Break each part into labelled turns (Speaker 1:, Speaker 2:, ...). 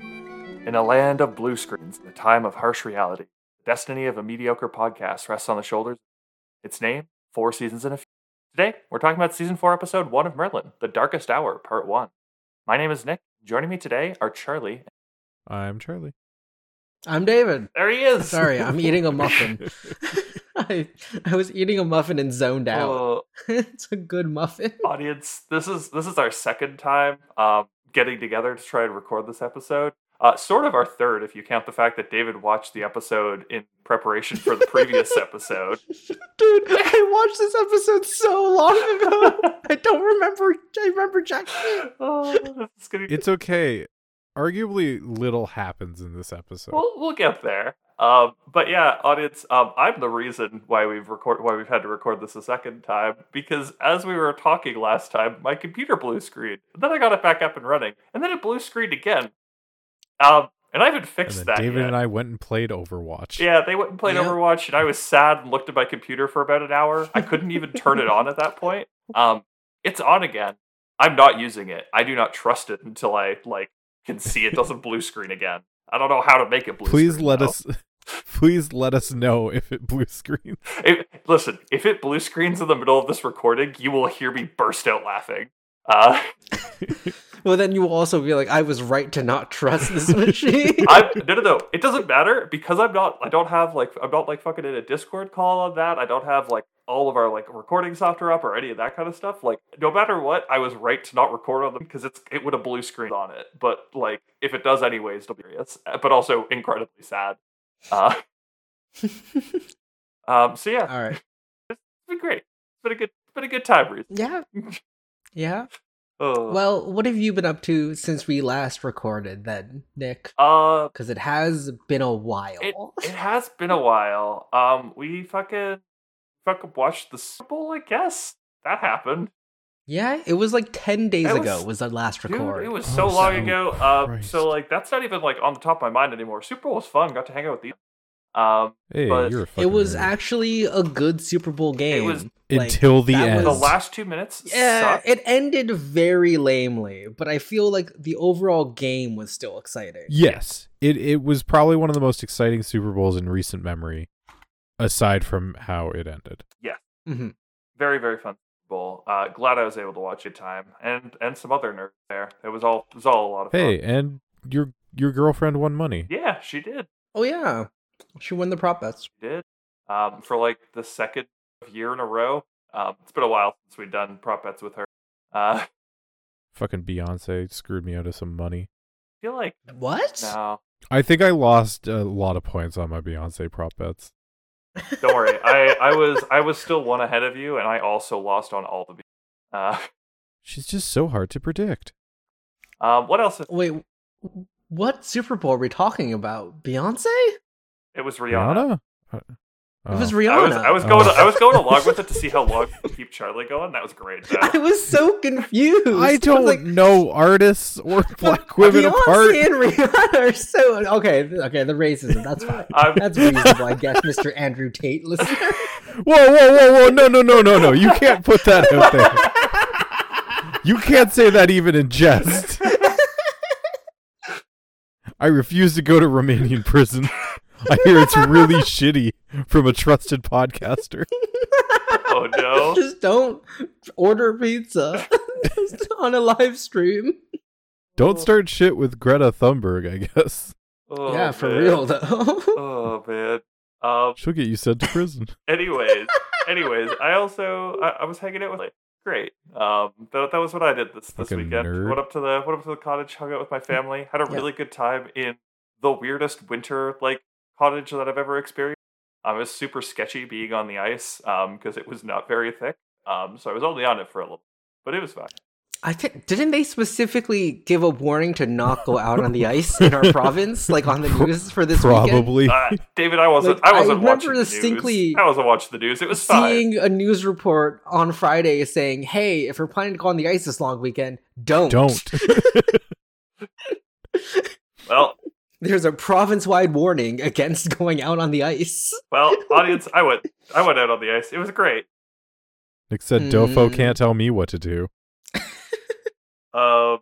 Speaker 1: In a land of blue screens, in a time of harsh reality, the destiny of a mediocre podcast rests on the shoulders. Its name, Four Seasons in a Few. Today, we're talking about season four, episode one of Merlin, The Darkest Hour, part one. My name is Nick. Joining me today are Charlie.
Speaker 2: I'm Charlie.
Speaker 3: I'm David.
Speaker 1: There he is.
Speaker 3: Sorry, I'm eating a muffin. I, I was eating a muffin and zoned out.
Speaker 1: Oh,
Speaker 3: it's a good muffin.
Speaker 1: audience, this is this is our second time um, getting together to try and record this episode. Uh, sort of our third, if you count the fact that David watched the episode in preparation for the previous episode.
Speaker 3: Dude, I watched this episode so long ago. I don't remember. I remember Jack.
Speaker 1: Oh, this is gonna
Speaker 2: It's okay. Arguably, little happens in this episode.
Speaker 1: We'll we'll get there. Um, but yeah, audience, um, I'm the reason why we've record why we've had to record this a second time because as we were talking last time, my computer blue screen. Then I got it back up and running, and then it blue screened again. Um, and I haven't
Speaker 2: and
Speaker 1: fixed
Speaker 2: then
Speaker 1: that.
Speaker 2: David
Speaker 1: yet.
Speaker 2: and I went and played Overwatch.
Speaker 1: Yeah, they went and played
Speaker 3: Yeah.
Speaker 1: Overwatch, and I was sad and looked at my computer for about an hour. I couldn't even turn it on at that point. Um, it's on again. I'm not using it. I do not trust it until I like can see it doesn't blue screen again. I don't know how to make it blue.
Speaker 2: please
Speaker 1: screen,
Speaker 2: let
Speaker 1: though.
Speaker 2: us. Please let us know if it blue screens.
Speaker 1: If- listen, if it blue screens in the middle of this recording, you will hear me burst out laughing. Uh,
Speaker 3: Well, then you will also be like, I was right to not trust this machine.
Speaker 1: I no no no. It doesn't matter because I'm not. I don't have like I'm not like fucking in a Discord call on that. I don't have like all of our like recording software up or any of that kind of stuff. Like no matter what, I was right to not record on them because it's it would have blue screened on it. But like if it does anyways, it'll be serious, Uh, but also incredibly sad. Uh, um. So yeah, it's
Speaker 3: All right.
Speaker 1: been great. It's been a good. It's been a good time. Reese.
Speaker 3: Yeah. Yeah.
Speaker 1: Oh.
Speaker 3: Well, what have you been up to since we last recorded then, Nick?
Speaker 1: Uh.
Speaker 3: Because it has been a while.
Speaker 1: It, it has been a while. Um, we fucking fucking watched the Super Bowl. I guess that happened.
Speaker 3: yeah, it was like 10 days
Speaker 1: It
Speaker 3: ago
Speaker 1: was-
Speaker 3: was the last
Speaker 1: Dude,
Speaker 3: record.
Speaker 1: it was so
Speaker 2: Oh,
Speaker 1: long
Speaker 2: so-
Speaker 1: ago.
Speaker 2: oh,
Speaker 1: Um,
Speaker 2: Christ.
Speaker 1: so like that's not even like on the top of my mind anymore. Super Bowl was fun. Got to hang out with these. Um,
Speaker 2: Hey,
Speaker 1: But
Speaker 2: you're a
Speaker 3: It
Speaker 2: fucking
Speaker 3: was
Speaker 2: nerd.
Speaker 3: actually a good Super Bowl game.
Speaker 1: was-
Speaker 3: Like,
Speaker 2: until the
Speaker 3: that
Speaker 2: end.
Speaker 1: the
Speaker 3: was-
Speaker 1: last two minutes.
Speaker 3: Yeah,
Speaker 1: sucked.
Speaker 3: it ended very lamely, but I feel like the overall game was still exciting.
Speaker 2: yes, it it was probably one of the most exciting Super Bowls in recent memory, aside from how it ended.
Speaker 3: Mhm.
Speaker 1: very very fun Super Bowl. Uh, glad I was able to watch it time and and some other nerds there. It was all it was all a lot of fun.
Speaker 2: Hey, and your your girlfriend won money.
Speaker 1: Yeah, she did.
Speaker 3: Oh yeah, she won the prop bets.
Speaker 1: She did. Um, for like the second year in a row. Um, it's been a while since we've done prop bets with her. Uh,
Speaker 2: Fucking Beyonce screwed me out of some money.
Speaker 1: feel like
Speaker 3: What?
Speaker 1: no.
Speaker 2: I think I lost a lot of points on my Beyonce prop bets.
Speaker 1: Don't worry. I, I was I was still one ahead of you, and I also lost on all the. Be- uh,
Speaker 2: She's just so hard to predict.
Speaker 1: um, what else?
Speaker 3: Wait, w- what Super Bowl are we talking about? Beyonce?
Speaker 1: It was Rihanna.
Speaker 2: Rihanna? Uh,
Speaker 3: It was
Speaker 2: oh.
Speaker 3: Rihanna.
Speaker 1: I was I was going
Speaker 2: Oh.
Speaker 1: I was going along with it to see how long we keep Charlie going. That was great. Though.
Speaker 3: I was so confused.
Speaker 2: I
Speaker 3: was
Speaker 2: don't
Speaker 3: like,
Speaker 2: know artists or black women
Speaker 3: Beyonce
Speaker 2: apart.
Speaker 3: and Rihanna are so okay. th- Okay, the racism. That's fine.
Speaker 1: um, I'm-
Speaker 3: That's reasonable, I guess, Mr. Andrew Tate. Listen.
Speaker 2: Whoa, whoa, whoa, whoa! No, no, no, no, no! You can't put that out there. You can't say that even in jest. I refuse to go to Romanian prison. I hear it's really shitty from a trusted podcaster.
Speaker 1: Oh no!
Speaker 3: Just don't order pizza Just on a live stream.
Speaker 2: Don't start shit with Greta Thunberg, I guess.
Speaker 1: Oh,
Speaker 3: yeah, for
Speaker 1: man.
Speaker 3: real though.
Speaker 1: Oh man. Um.
Speaker 2: She'll get you sent to prison.
Speaker 1: Anyways, anyways, I also I, I was hanging out with. Great. Um. That, that was what I did this this
Speaker 2: Fucking
Speaker 1: weekend.
Speaker 2: nerd.
Speaker 1: Went up to the went up to the cottage, hung out with my family, had a
Speaker 3: Mm, Yeah.
Speaker 1: really good time in the weirdest winter like cottage that I've ever experienced. Um, it was super sketchy being on the ice because it was not very thick. Um, so I was only on it for a little, but it was fine.
Speaker 3: I think didn't they specifically give a warning to not go out on the ice in our province, like on the news for this weekend?
Speaker 2: Probably.
Speaker 1: Uh, David, I wasn't.
Speaker 3: Like,
Speaker 1: I
Speaker 3: I
Speaker 1: wasn't
Speaker 3: remember
Speaker 1: watching the
Speaker 3: distinctly
Speaker 1: news. I wasn't watching the news. It was fine.
Speaker 3: Seeing a news report on Friday saying, "Hey, if you're planning to go on the ice this long weekend, don't.
Speaker 2: Don't.
Speaker 1: Well,
Speaker 3: There's a province-wide warning against going out on the ice."
Speaker 1: well, audience, I went. I went out on the ice. It was great.
Speaker 2: Nick said, Dofo
Speaker 3: Mm.
Speaker 2: can't tell me what to do.
Speaker 1: Um,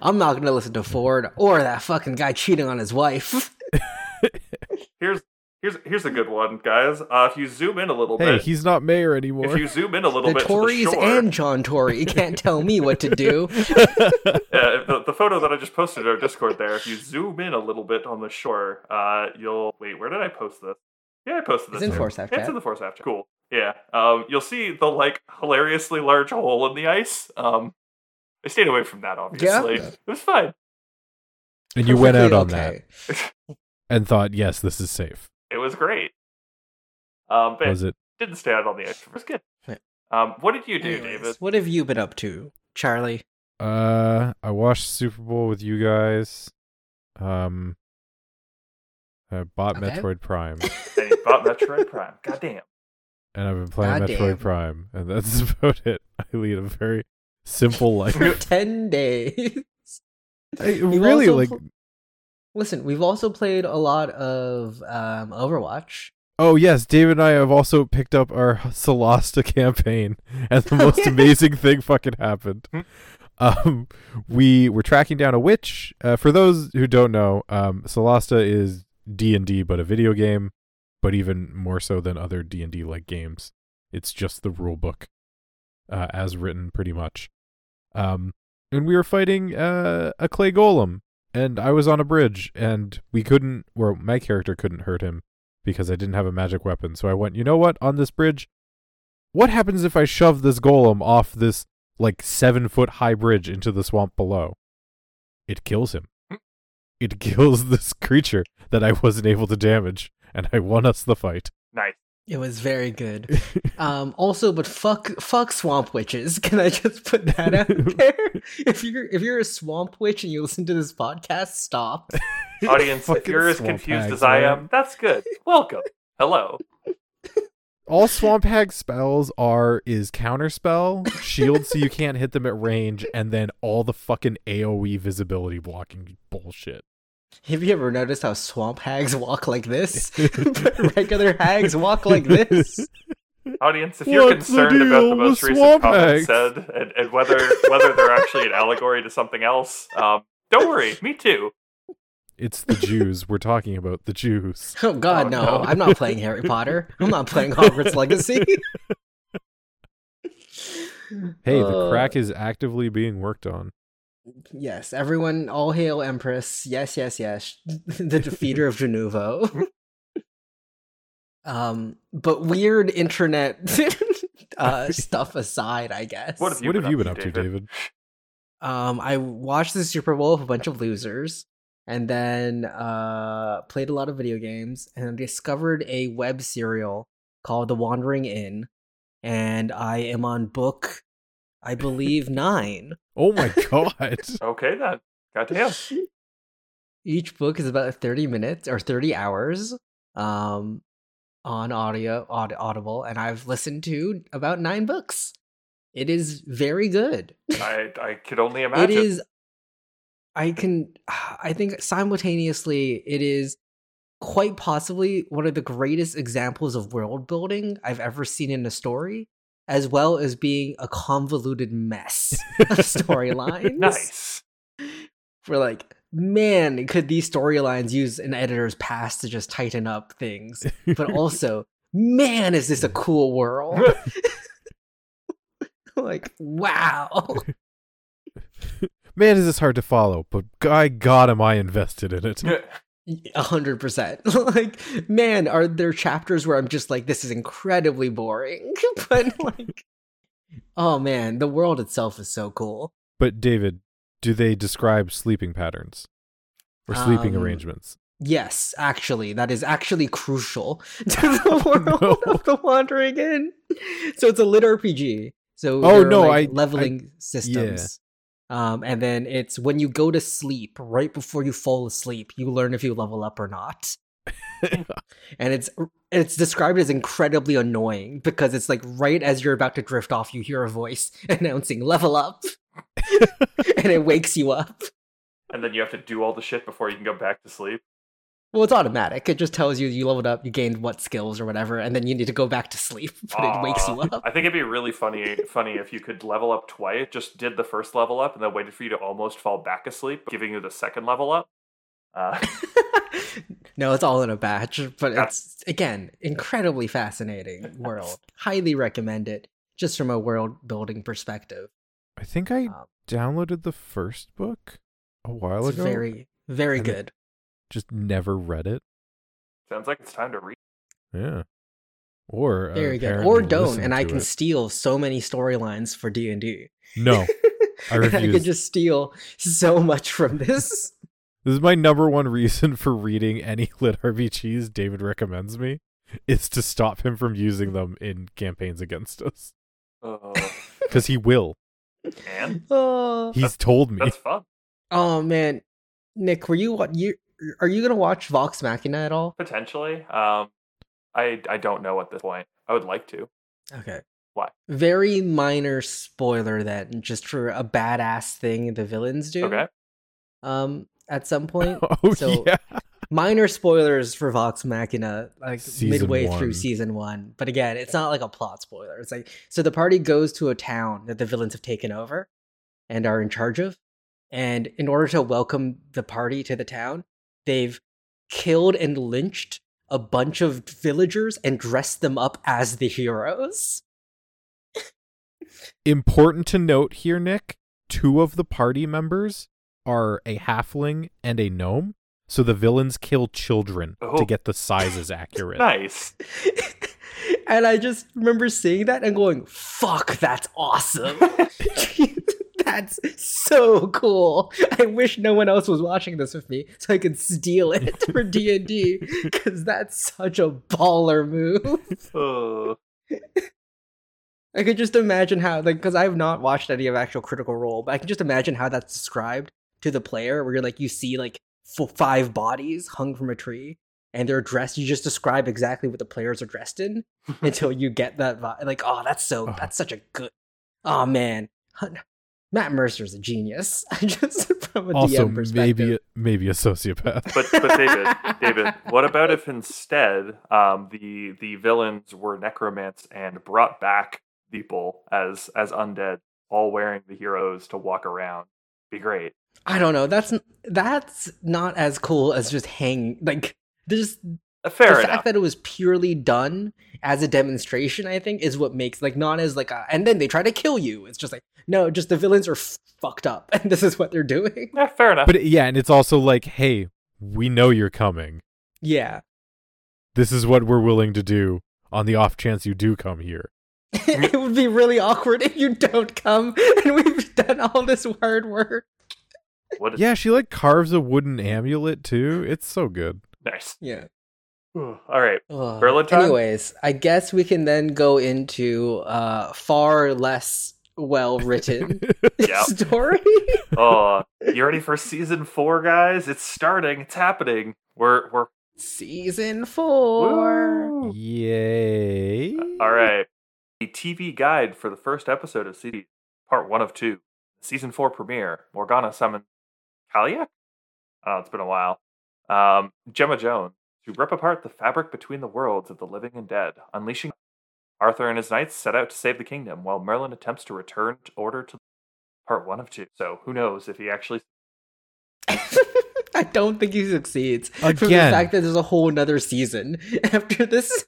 Speaker 3: I'm not gonna listen to Ford or that fucking guy cheating on his wife.
Speaker 1: Here's here's here's a good one, guys. Uh, if you zoom in a little
Speaker 2: Hey,
Speaker 1: bit,
Speaker 2: he's not mayor anymore.
Speaker 1: if you zoom in a little
Speaker 3: The
Speaker 1: bit
Speaker 3: Tories
Speaker 1: to the shore,
Speaker 3: and John Tory you can't tell me what to do.
Speaker 1: yeah, if the, the photo that I just posted in our Discord there, if you zoom in a little bit on the shore, uh, you'll wait. Where did I post this? Yeah, I posted
Speaker 3: It's
Speaker 1: this.
Speaker 3: in
Speaker 1: here.
Speaker 3: Force Half
Speaker 1: Yeah, It's in the force after. Cool. Yeah. Um, you'll see the like hilariously large hole in the ice. Um, I stayed away from that. Obviously,
Speaker 3: Yeah.
Speaker 1: it was fine.
Speaker 2: and you went out on that and thought, yes, this is safe.
Speaker 1: It was great. Um, but
Speaker 2: Was it?
Speaker 1: didn't stay out on the ice. It was good.
Speaker 3: Yeah.
Speaker 1: Um, what did you do, David?
Speaker 3: What have you been up to, Charlie?
Speaker 2: Uh, I watched Super Bowl with you guys. Um, I bought
Speaker 3: Okay.
Speaker 2: Metroid Prime,
Speaker 1: And you bought Metroid Prime. Goddamn.
Speaker 2: and I've been playing
Speaker 3: Goddamn.
Speaker 2: Metroid Prime, and that's about it. I lead a very simple life.
Speaker 3: For ten days.
Speaker 2: I-
Speaker 3: You've
Speaker 2: really,
Speaker 3: also
Speaker 2: like,
Speaker 3: pl- Listen, we've also played a lot of um, Overwatch.
Speaker 2: oh yes, David and I have also picked up our Solasta campaign, and the most
Speaker 3: yeah.
Speaker 2: amazing thing fucking happened.
Speaker 1: Hmm.
Speaker 2: Um, we were tracking down a witch. Uh, for those who don't know, um, Solasta is D and D, but a video game, but even more so than other D and D like games. It's just the rule book, uh, as written, pretty much. Um, and we were fighting uh, a clay golem, and I was on a bridge, and we couldn't, or my character couldn't hurt him because I didn't have a magic weapon. So I went, you know what? On this bridge, what happens if I shove this golem off this like seven foot high bridge into the swamp below? It kills him. It kills this creature that I wasn't able to damage, and I won us the fight.
Speaker 1: Nice.
Speaker 3: It was very good. um, also, but fuck, fuck swamp witches. Can I just put that out there? if you're if you're a swamp witch and you listen to this podcast, stop.
Speaker 1: Audience, if
Speaker 2: Fucking
Speaker 1: you're as
Speaker 2: swamp
Speaker 1: confused
Speaker 2: hags,
Speaker 1: as I
Speaker 2: man.
Speaker 1: am, that's good. Welcome. Hello.
Speaker 2: All swamp hag spells are is counterspell, shield so you can't hit them at range, and then all the fucking AoE visibility blocking bullshit.
Speaker 3: Have you ever noticed how swamp hags walk like this? But regular hags walk like this.
Speaker 1: Audience, if you're
Speaker 2: What's the
Speaker 1: concerned about
Speaker 2: deal
Speaker 1: the
Speaker 2: with
Speaker 1: most recent
Speaker 2: swamp
Speaker 1: comments
Speaker 2: hags?
Speaker 1: said and, and whether whether they're actually an allegory to something else, um, don't worry, me too.
Speaker 2: It's the Jews. We're talking about the Jews.
Speaker 3: Oh God,
Speaker 1: Oh,
Speaker 3: no!
Speaker 1: no.
Speaker 3: I'm not playing Harry Potter. I'm not playing Hogwarts Legacy.
Speaker 2: Hey,
Speaker 3: Uh,
Speaker 2: the crack is actively being worked on.
Speaker 3: Yes, everyone, all hail Empress. Yes, yes, yes. The defeater of Genuvo. um, but weird internet uh, stuff aside, I guess.
Speaker 1: What have you
Speaker 2: what
Speaker 1: been
Speaker 2: have you
Speaker 1: up
Speaker 2: been up
Speaker 1: to,
Speaker 2: to, David?
Speaker 3: um, I watched the Super Bowl with a bunch of losers, and then uh, played a lot of video games, and discovered a web serial called The Wandering Inn, and I am on book, I believe nine.
Speaker 2: Oh my god.
Speaker 1: Okay then. Goddamn.
Speaker 3: Each book is about 30 minutes or 30 hours um, on audio, aud- Audible, and I've listened to about nine books. It is very good.
Speaker 1: I I could only imagine.
Speaker 3: It is, I can, I think simultaneously, it is quite possibly one of the greatest examples of world building I've ever seen in a story, as well as being a convoluted mess of storylines
Speaker 1: nice.
Speaker 3: we're like, man, could these storylines use an editor's past to just tighten up things? But also, man, is this a cool world? like, wow.
Speaker 2: Man, is this hard to follow, but by God am I invested in it.
Speaker 3: A hundred percent. Like, man, are there chapters where I'm just like, this is incredibly boring? but like, oh man, the world itself is so cool.
Speaker 2: But David, do they describe sleeping patterns? Or sleeping
Speaker 3: Um,
Speaker 2: arrangements?
Speaker 3: Yes, actually, that is actually crucial to the world
Speaker 2: no.
Speaker 3: of the Wandering In. So it's a lit RPG. So
Speaker 2: Oh,
Speaker 3: there are,
Speaker 2: no,
Speaker 3: like,
Speaker 2: I-
Speaker 3: leveling systems. Um, and then it's when you go to sleep, right before you fall asleep, you learn if you level up or not. and it's it's described as incredibly annoying because it's like right as you're about to drift off, you hear a voice announcing level up, and it wakes you up.
Speaker 1: And then you have to do all the shit before you can go back to sleep.
Speaker 3: Well, it's automatic. It just tells you you leveled up, you gained what skills or whatever, and then you need to go back to sleep, but it wakes you
Speaker 1: Aw.
Speaker 3: up.
Speaker 1: I think it'd be really funny funny if you could level up twice, just did the first level up and then waited for you to almost fall back asleep, giving you the second level up. Uh,
Speaker 3: no, it's all in a batch, but
Speaker 1: That's-
Speaker 3: it's again incredibly fascinating world. Highly recommend it, just from a world building perspective.
Speaker 2: I think I
Speaker 3: Um,
Speaker 2: downloaded the first book a while
Speaker 3: it's
Speaker 2: ago.
Speaker 3: very, very
Speaker 2: And
Speaker 3: good.
Speaker 2: Just never read it.
Speaker 1: sounds like it's time to read.
Speaker 2: Yeah. Or uh,
Speaker 3: Very good.
Speaker 2: apparently
Speaker 3: Or don't,
Speaker 2: listen
Speaker 3: and I
Speaker 2: to
Speaker 3: can
Speaker 2: it.
Speaker 3: steal so many storylines for D and D.
Speaker 2: no. I
Speaker 3: I can
Speaker 2: refuse.
Speaker 3: just steal so much from this.
Speaker 2: This is my number one reason for reading any lit RPGs David recommends me is to stop him from using them in campaigns against us
Speaker 1: Uh,
Speaker 2: because he will.
Speaker 1: and
Speaker 3: Oh.
Speaker 2: He's told me.
Speaker 1: that's fun.
Speaker 3: Oh man, Nick, were you what you are you gonna watch Vox Machina at all?
Speaker 1: Potentially. Um, I I don't know at this point. I would like to.
Speaker 3: Okay.
Speaker 1: Why?
Speaker 3: Very minor spoiler then, just for a badass thing the villains do.
Speaker 1: Okay.
Speaker 3: Um, at some point.
Speaker 2: Oh
Speaker 3: So-
Speaker 2: yeah.
Speaker 3: minor spoilers for Vox Machina, like
Speaker 2: Season
Speaker 3: midway
Speaker 2: one.
Speaker 3: through season one. But again, it's not like a plot spoiler. It's like so the party goes to a town that the villains have taken over and are in charge of. And in order to welcome the party to the town, they've killed and lynched a bunch of villagers and dressed them up as the heroes.
Speaker 2: Important to note here, Nick. Two of the party members are a halfling and a gnome, so the villains kill children
Speaker 1: Oh.
Speaker 2: to get the sizes accurate.
Speaker 1: Nice.
Speaker 3: and I just remember seeing that and going, fuck, that's awesome. that's so cool. I wish no one else was watching this with me so I could steal it for D&D cuz that's such a baller move.
Speaker 1: Uh,
Speaker 3: I could just imagine how like cuz I've not watched any of actual critical role, but I can just imagine how that's described to the player where you're like you see like f- five bodies hung from a tree and they're dressed you just describe exactly what the players are dressed in until you get that vibe. Like, oh, that's so,
Speaker 2: Oh.
Speaker 3: that's such a good. Oh man, Hun- Matt Mercer's a genius. I just from a
Speaker 2: also,
Speaker 3: DM perspective.
Speaker 2: maybe maybe a sociopath.
Speaker 1: but but David, David, what about if instead um, the the villains were necromants and brought back people as as undead, all wearing the heroes to walk around? Be great.
Speaker 3: I don't know. That's that's not as cool as just hanging. Like, there's
Speaker 1: Uh, Fair
Speaker 3: the
Speaker 1: enough.
Speaker 3: fact that it was purely done as a demonstration. I think is what makes like not as like. A, and then they try to kill you. It's just like no, just the villains are f- fucked up, and this is what they're doing.
Speaker 1: yeah, fair enough.
Speaker 2: But yeah, and it's also like, hey, we know you're coming.
Speaker 3: Yeah.
Speaker 2: This is what we're willing to do on the off chance you do come here.
Speaker 3: it would be really awkward if you don't come and we've done all this hard work.
Speaker 1: What is
Speaker 2: Yeah, she like carves a wooden amulet too. It's so good.
Speaker 1: nice?
Speaker 3: Yeah.
Speaker 1: All right.
Speaker 3: Ugh.
Speaker 1: Berlin time?
Speaker 3: Anyways, I guess we can then go into uh far less well written
Speaker 1: Yeah.
Speaker 3: story.
Speaker 1: Oh, you ready for season four, guys? It's starting. It's happening. We're we're
Speaker 3: Season four.
Speaker 1: Woo!
Speaker 2: Yay.
Speaker 1: All right. The TV guide for the first episode of season part one of two, season four premiere. Morgana summons Kalia. Oh, it's been a while. Um, Gemma Jones to rip apart the fabric between the worlds of the living and dead, unleashing. Arthur and his knights set out to save the kingdom, while Merlin attempts to return to order to part one of two. So who knows if he actually?
Speaker 3: I don't think he succeeds. From the
Speaker 2: Again.
Speaker 3: fact that there's a whole nother season after this.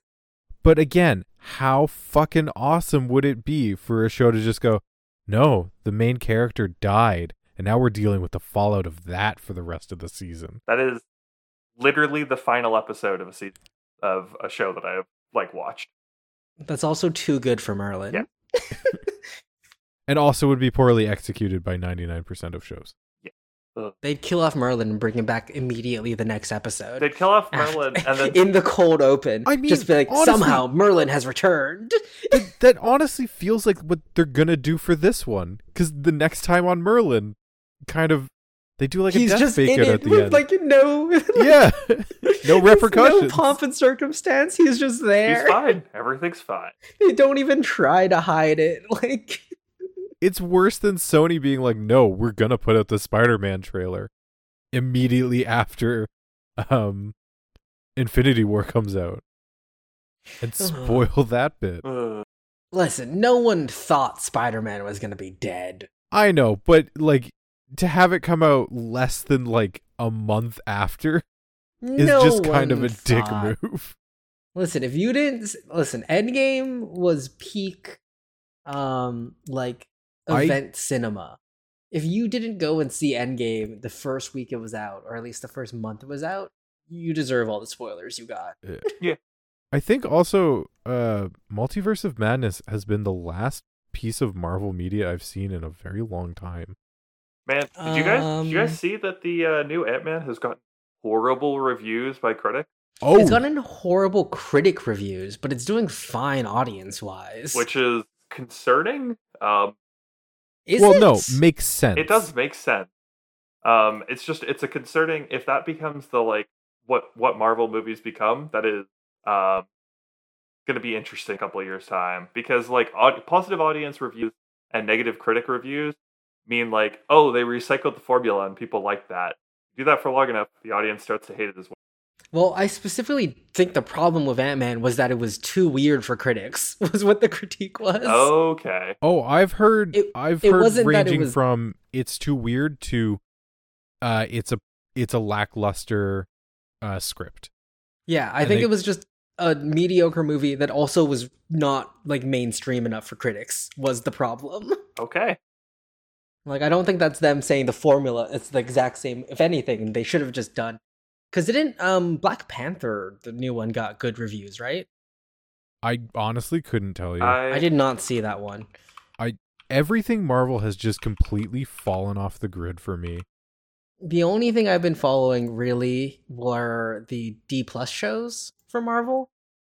Speaker 2: But again, how fucking awesome would it be for a show to just go, no, the main character died, and now we're dealing with the fallout of that for the rest of the season.
Speaker 1: That is literally the final episode of a season of a show that I have like watched.
Speaker 3: That's also too good for Merlin.
Speaker 1: Yeah.
Speaker 2: And also would be poorly executed by 99% of shows.
Speaker 3: They'd kill off Merlin and bring him back immediately the next episode.
Speaker 1: They'd kill off Merlin and then
Speaker 3: in the cold open.
Speaker 2: I mean,
Speaker 3: just be like,
Speaker 2: honestly-
Speaker 3: somehow Merlin has returned.
Speaker 2: that, that honestly feels like what they're gonna do for this one because the next time on merlin kind of they do like
Speaker 3: He's
Speaker 2: a death
Speaker 3: just in
Speaker 2: bacon
Speaker 3: it
Speaker 2: at the
Speaker 3: with
Speaker 2: end
Speaker 3: like no,
Speaker 2: yeah no
Speaker 3: no
Speaker 2: repercussions
Speaker 3: pomp and circumstance. He's just
Speaker 1: he's
Speaker 3: there.
Speaker 1: fine. Everything's fine.
Speaker 3: They don't even try to hide it. Like,
Speaker 2: it's worse than sony being like no we're gonna put out the spider-man trailer immediately after um Infinity War comes out and
Speaker 3: Uh-huh.
Speaker 2: spoil that bit.
Speaker 1: Uh,
Speaker 3: Listen, no one thought Spider Man was gonna be dead.
Speaker 2: I know, but like to have it come out less than like a month after is
Speaker 3: no
Speaker 2: just kind of
Speaker 3: one
Speaker 2: a
Speaker 3: thought.
Speaker 2: dick move.
Speaker 3: Listen, if you didn't s- listen, Endgame was peak, um, like
Speaker 2: I-
Speaker 3: event cinema. If you didn't go and see Endgame the first week it was out, or at least the first month it was out, you deserve all the spoilers you got.
Speaker 2: I think also uh Multiverse of Madness has been the last piece of Marvel media I've seen in a very long time.
Speaker 1: man, did you guys did you
Speaker 3: Um,
Speaker 1: guys see that the uh, new Ant Man has gotten horrible reviews by critics,
Speaker 2: Oh,
Speaker 3: It's gotten horrible critic reviews, but it's doing fine audience wise.
Speaker 1: which is concerning. Um,
Speaker 3: is
Speaker 2: well
Speaker 3: it?
Speaker 2: no, makes sense.
Speaker 1: It does make sense. Um, it's just it's a concerning if that becomes the like what what Marvel movies become. That is um, going to be interesting a couple of years time because like au- positive audience reviews and negative critic reviews mean like oh they recycled the formula and people like that. Do that for long enough, the audience starts to hate it as well.
Speaker 3: Well, I specifically think the problem with Ant Man was that it was too weird for critics. Was what the critique was.
Speaker 1: Okay,
Speaker 2: Oh, I've heard
Speaker 3: It-
Speaker 2: I've
Speaker 3: it
Speaker 2: heard
Speaker 3: wasn't that it
Speaker 2: ranging
Speaker 3: was-
Speaker 2: from it's too weird to uh it's a it's a lackluster uh script.
Speaker 3: Yeah, I
Speaker 2: And
Speaker 3: think
Speaker 2: they-
Speaker 3: it was just a mediocre movie that also was not like mainstream enough for critics was the problem.
Speaker 1: okay.
Speaker 3: Like I don't think that's them saying the formula it's the exact same. If anything, they should have just done because didn't um Black Panther the new one got good reviews, right?
Speaker 2: I honestly couldn't tell you.
Speaker 1: I,
Speaker 3: I did not see that one.
Speaker 2: Everything Marvel has just completely fallen off the grid for me.
Speaker 3: The only thing I've been following really were the D plus shows for Marvel.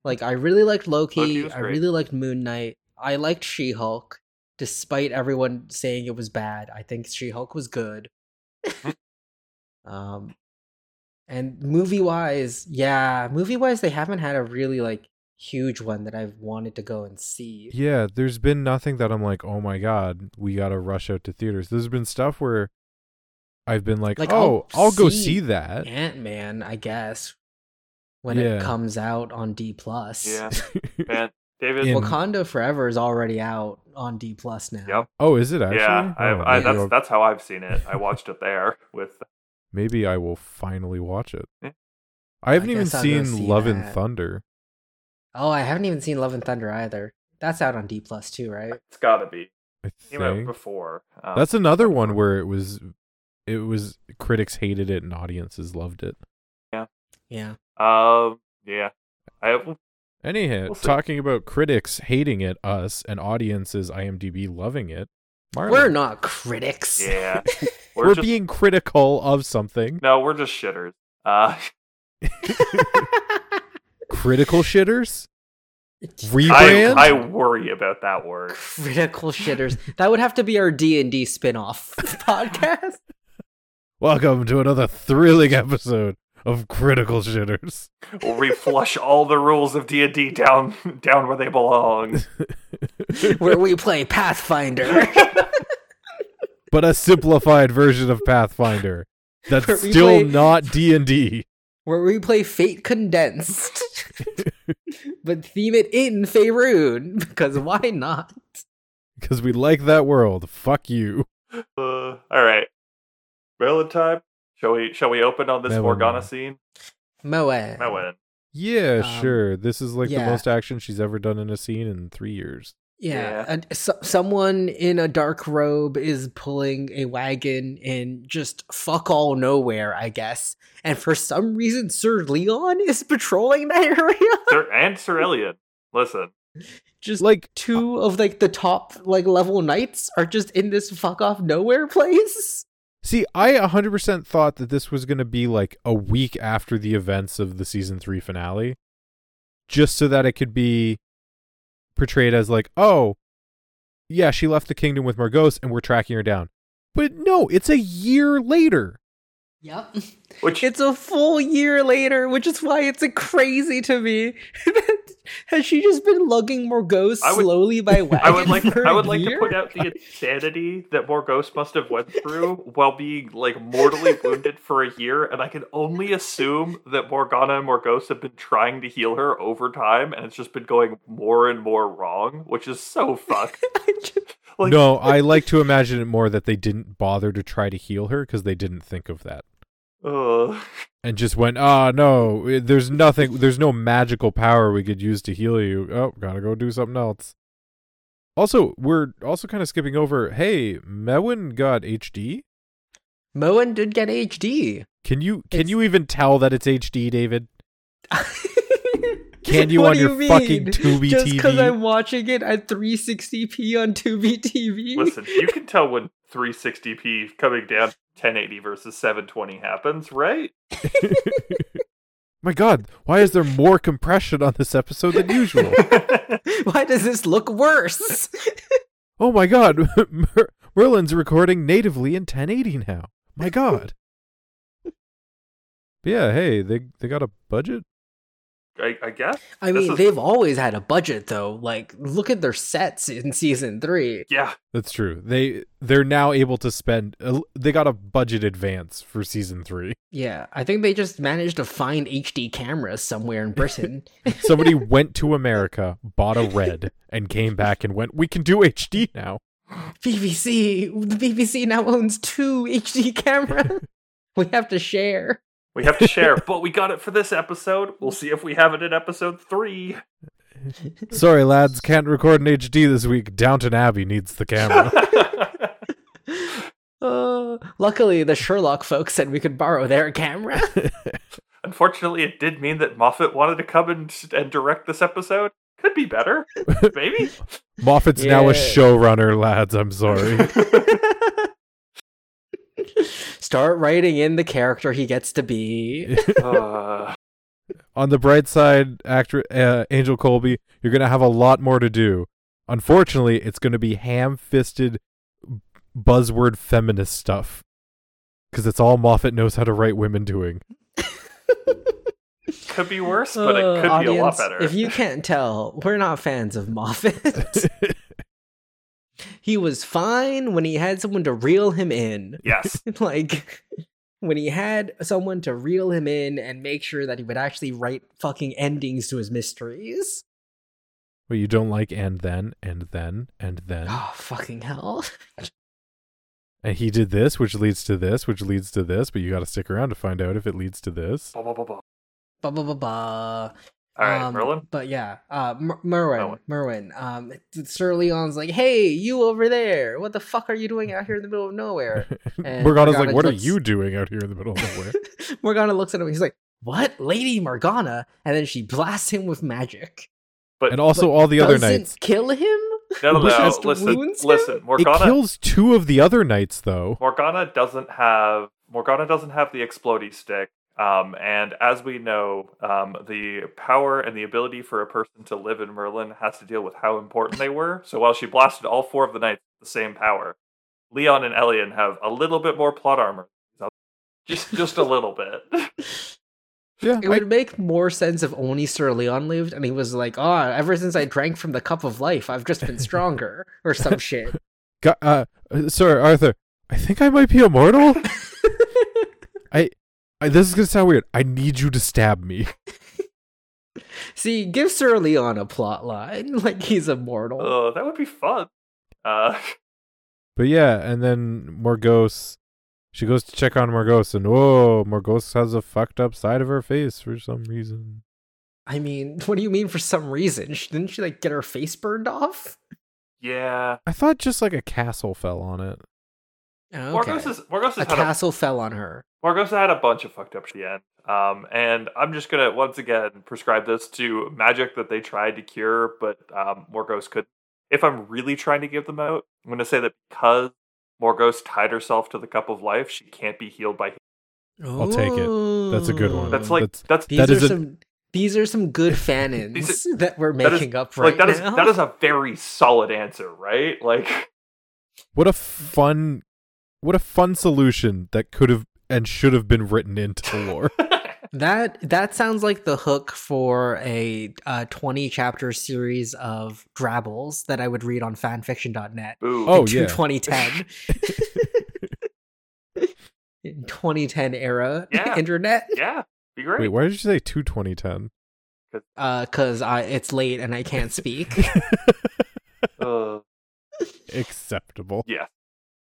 Speaker 3: Like I really liked
Speaker 1: Loki
Speaker 3: Loki,
Speaker 1: was
Speaker 3: I
Speaker 1: great.
Speaker 3: really liked Moon Knight, I liked She Hulk, despite everyone saying it was bad. I think She Hulk was good. um and movie wise, yeah, movie wise they haven't had a really like huge one that I've wanted to go and see.
Speaker 2: Yeah, there's been nothing that I'm like, oh my god, we gotta rush out to theaters. There's been stuff where I've been like,
Speaker 3: Like,
Speaker 2: oh,
Speaker 3: I'll
Speaker 2: I'll, go
Speaker 3: see
Speaker 2: see that.
Speaker 3: Ant Man, I guess. When
Speaker 2: Yeah.
Speaker 3: it comes out on D plus.
Speaker 1: yeah, man, David.
Speaker 2: In-
Speaker 3: Wakanda Forever is already out on D plus now.
Speaker 1: Yep.
Speaker 2: oh, is it actually?
Speaker 1: Yeah, I've,
Speaker 2: Oh,
Speaker 1: I,
Speaker 2: maybe,
Speaker 1: that's
Speaker 2: I'll-
Speaker 1: that's how I've seen it. I watched it there with
Speaker 2: maybe I will finally watch it.
Speaker 1: Yeah.
Speaker 2: I haven't
Speaker 3: I
Speaker 2: even
Speaker 3: guess I'll go
Speaker 2: seen
Speaker 3: see
Speaker 2: Love and
Speaker 3: that.
Speaker 2: Thunder.
Speaker 3: Oh, I haven't even seen Love and Thunder either. That's out on D plus too, right?
Speaker 1: it's got to be
Speaker 2: I
Speaker 1: came out
Speaker 2: think
Speaker 1: before. Um,
Speaker 2: that's another one where it was, it was critics hated it and audiences loved it.
Speaker 3: Yeah.
Speaker 1: Um. Yeah. I
Speaker 2: Anyhow,
Speaker 1: We'll see.
Speaker 2: talking about critics hating it, us and audiences IMDb loving it. Marlon,
Speaker 3: We're not critics.
Speaker 1: yeah.
Speaker 2: we're,
Speaker 1: We're, just
Speaker 2: being critical of something.
Speaker 1: no. We're just shitters. Uh.
Speaker 2: Critical shitters.
Speaker 1: I,
Speaker 2: Rebrand.
Speaker 1: I worry about that word.
Speaker 3: Critical shitters. That would have to be our D and D spin-off podcast.
Speaker 2: Welcome to another thrilling episode of Critical Shitters.
Speaker 1: We'll reflush all the rules of D and D down down where they belong. Uh,
Speaker 3: where we play Pathfinder.
Speaker 2: but a simplified version of Pathfinder
Speaker 3: Where
Speaker 2: that's
Speaker 3: we
Speaker 2: still
Speaker 3: play-
Speaker 2: not D and D.
Speaker 3: where we play Fate Condensed. but theme it in Faerun, because why not?
Speaker 2: Because we like that world. Fuck you.
Speaker 1: Uh, all right. Maryland time. Shall we? Shall we open on this
Speaker 2: Maryland.
Speaker 1: Morgana scene?
Speaker 3: Moe.
Speaker 1: I win.
Speaker 2: Yeah,
Speaker 3: Um,
Speaker 2: sure. This is like
Speaker 3: yeah.
Speaker 2: the most action she's ever done in a scene in three years.
Speaker 3: Yeah,
Speaker 1: Yeah.
Speaker 3: and so- someone in a dark robe is pulling a wagon in just fuck all nowhere, I guess. And for some reason, Sir Leon is patrolling that area.
Speaker 1: Sir and Cerulean. Listen.
Speaker 3: Just like
Speaker 2: Like
Speaker 3: two of like the top like level knights are just in this fuck off nowhere place.
Speaker 2: See, I 100% thought that this was going to be like a week after the events of the season 3 finale just so that it could be portrayed as like, "Oh, yeah, she left the kingdom with Margos and we're tracking her down." But no, it's a year later.
Speaker 3: Yep.
Speaker 1: Which
Speaker 3: It's a full year later, which is why it's uh, crazy to me that Has she just been lugging more ghosts
Speaker 1: I would-
Speaker 3: slowly by wagon?
Speaker 1: I would like
Speaker 3: for
Speaker 1: I
Speaker 3: a
Speaker 1: would like to
Speaker 3: year?
Speaker 1: point out the insanity that more ghosts must have went through while being like mortally wounded for a year, and I can only assume that Morgana and Morgos have been trying to heal her over time, and it's just been going more and more wrong, which is so fucked.
Speaker 3: I just-
Speaker 1: Like,
Speaker 2: no, I like to imagine it more that they didn't bother to try to heal her because they didn't think of that.
Speaker 1: ugh.
Speaker 2: and just went, "Ah, no, eh, there's nothing, there's no magical power we could use to heal you. Oh, gotta go do something else." Also, we're also kind of skipping over. Hey, Mewin got HD.
Speaker 3: Moen did get HD.
Speaker 2: Can you can
Speaker 3: It's-
Speaker 2: you even tell that it's HD, David? Can you
Speaker 3: What
Speaker 2: on
Speaker 3: do
Speaker 2: your
Speaker 3: mean?
Speaker 2: fucking Tubi
Speaker 3: Just because
Speaker 2: TV?
Speaker 3: I'm watching it at 360p on Tubi TV.
Speaker 1: Listen, you can tell when 360p coming down 1080 versus 720 happens, right?
Speaker 2: My God, why is there more compression on this episode than usual?
Speaker 3: Why does this look worse?
Speaker 2: oh my God, Mer- Merlin's recording natively in 1080 now. My God. yeah, hey, they they got a budget.
Speaker 1: I, I guess.
Speaker 3: I
Speaker 1: This
Speaker 3: mean,
Speaker 1: is-
Speaker 3: they've always had a budget though. Like, look at their sets in season three.
Speaker 1: Yeah.
Speaker 2: That's true. They they're now able to spend. a- They got a budget advance for season three.
Speaker 3: Yeah, I think they just managed to find HD cameras somewhere in Britain.
Speaker 2: Somebody went to America, bought a red, and came back and went. We can do HD now.
Speaker 3: BBC, the BBC now owns two HD cameras. we have to share.
Speaker 1: We have to share, but we got it for this episode. We'll see if we have it in episode three.
Speaker 2: Sorry, lads, can't record in HD this week. Downton Abbey needs the camera.
Speaker 3: Uh, luckily, the Sherlock folks said we could borrow their camera.
Speaker 1: Unfortunately, it did mean that Moffat wanted to come and, and direct this episode. Could be better, maybe.
Speaker 2: Moffat's now a
Speaker 3: Yeah.
Speaker 2: showrunner, lads. I'm sorry.
Speaker 3: Start writing in the character he gets to be.
Speaker 1: Uh,
Speaker 2: On the bright side, actor uh, Angel Colby, you're gonna have a lot more to do. Unfortunately, it's gonna be ham-fisted buzzword feminist stuff because it's all Moffat knows how to write women doing.
Speaker 1: could be worse, but it
Speaker 3: Uh,
Speaker 1: could be a lot
Speaker 3: audience,
Speaker 1: better.
Speaker 3: If you can't tell, we're not fans of Moffat. he was fine when he had someone to reel him in.
Speaker 1: yes,
Speaker 3: like when he had someone to reel him in and make sure that he would actually write fucking endings to his mysteries.
Speaker 2: But you don't like and then and then and then.
Speaker 3: Oh fucking hell.
Speaker 2: And he did this, which leads to this, which leads to this, but you gotta stick around to find out if it leads to this.
Speaker 1: Ba, ba, ba, ba.
Speaker 3: Ba ba ba ba.
Speaker 1: All right,
Speaker 3: Um,
Speaker 1: Merlin.
Speaker 3: But yeah, uh, M- Merwin,
Speaker 1: Merwin.
Speaker 3: Merwin. Um, Sir Leon's like, "Hey, you over there? What the fuck are you doing out here in the middle of nowhere?" And
Speaker 2: Morgana's like,
Speaker 3: Morgana
Speaker 2: What are
Speaker 3: looks-
Speaker 2: you doing out here in the middle of nowhere?
Speaker 3: Morgana looks at him. He's like, "What, Lady Morgana?" And then she blasts him with magic.
Speaker 1: But
Speaker 2: and also all the other
Speaker 3: Doesn't
Speaker 2: knights.
Speaker 3: kill him.
Speaker 1: no, no, no.
Speaker 3: just
Speaker 1: Listen,
Speaker 3: wounds him?
Speaker 1: listen.
Speaker 2: It
Speaker 1: Morgana,
Speaker 2: kills two of the other knights though.
Speaker 1: Morgana doesn't have Morgana doesn't have the explodey stick. Um, and as we know, um, the power and the ability for a person to live in Merlin has to deal with how important they were. So while she blasted all four of the knights with the same power, Leon and Elian have a little bit more plot armor. Just just a little bit.
Speaker 2: Yeah,
Speaker 3: It
Speaker 2: I-
Speaker 3: would make more sense if only Sir Leon lived, and he was like, "Oh, ever since I drank from the cup of life, I've just been stronger," or some shit.
Speaker 2: Gu- uh, uh, Sir Arthur, I think I might be immortal. I, I, this is gonna sound weird. I need you to stab me.
Speaker 3: See, give Sir Leon a plot line like he's immortal.
Speaker 1: Oh, that would be fun. Uh,
Speaker 2: But yeah, and then Morgos, she goes to check on Morgos, and whoa, Morgos has a fucked up side of her face for some reason.
Speaker 3: I mean, what do you mean for some reason? She- Didn't she like get her face burned off?
Speaker 1: yeah.
Speaker 2: I thought just like a castle fell on it.
Speaker 3: Okay.
Speaker 1: Morgos is Morgos
Speaker 3: a
Speaker 1: has had a
Speaker 3: castle fell on her.
Speaker 1: Margos had a bunch of fucked up shit at the end. Um, and I'm just gonna once again prescribe this to magic that they tried to cure, but um, Morgos could. If I'm really trying to give them out, I'm gonna say that because Morgos tied herself to the cup of life, she can't be healed by.
Speaker 2: I'll take it. That's a good one.
Speaker 1: That's like
Speaker 2: That's-
Speaker 1: that's,
Speaker 3: These
Speaker 2: That
Speaker 3: are
Speaker 2: is a-
Speaker 3: some these are some good fanins
Speaker 1: These
Speaker 3: that we're
Speaker 1: that is-
Speaker 3: making up right
Speaker 1: like that is
Speaker 3: now.
Speaker 1: that is a very solid answer, right? Like
Speaker 2: What a fun, what a fun solution that could have and should have been written into the lore.
Speaker 3: That that sounds like the hook for a uh, 20 chapter series of drabbles that I would read on fanfiction.net.
Speaker 1: Boo.
Speaker 2: Oh,
Speaker 3: to
Speaker 2: yeah.
Speaker 3: 2010. 2010 era
Speaker 1: Yeah.
Speaker 3: internet.
Speaker 1: yeah, be great.
Speaker 2: Wait, why did you say two twenty ten?
Speaker 3: Uh, cause I it's late and I can't speak.
Speaker 1: Uh,
Speaker 2: Acceptable.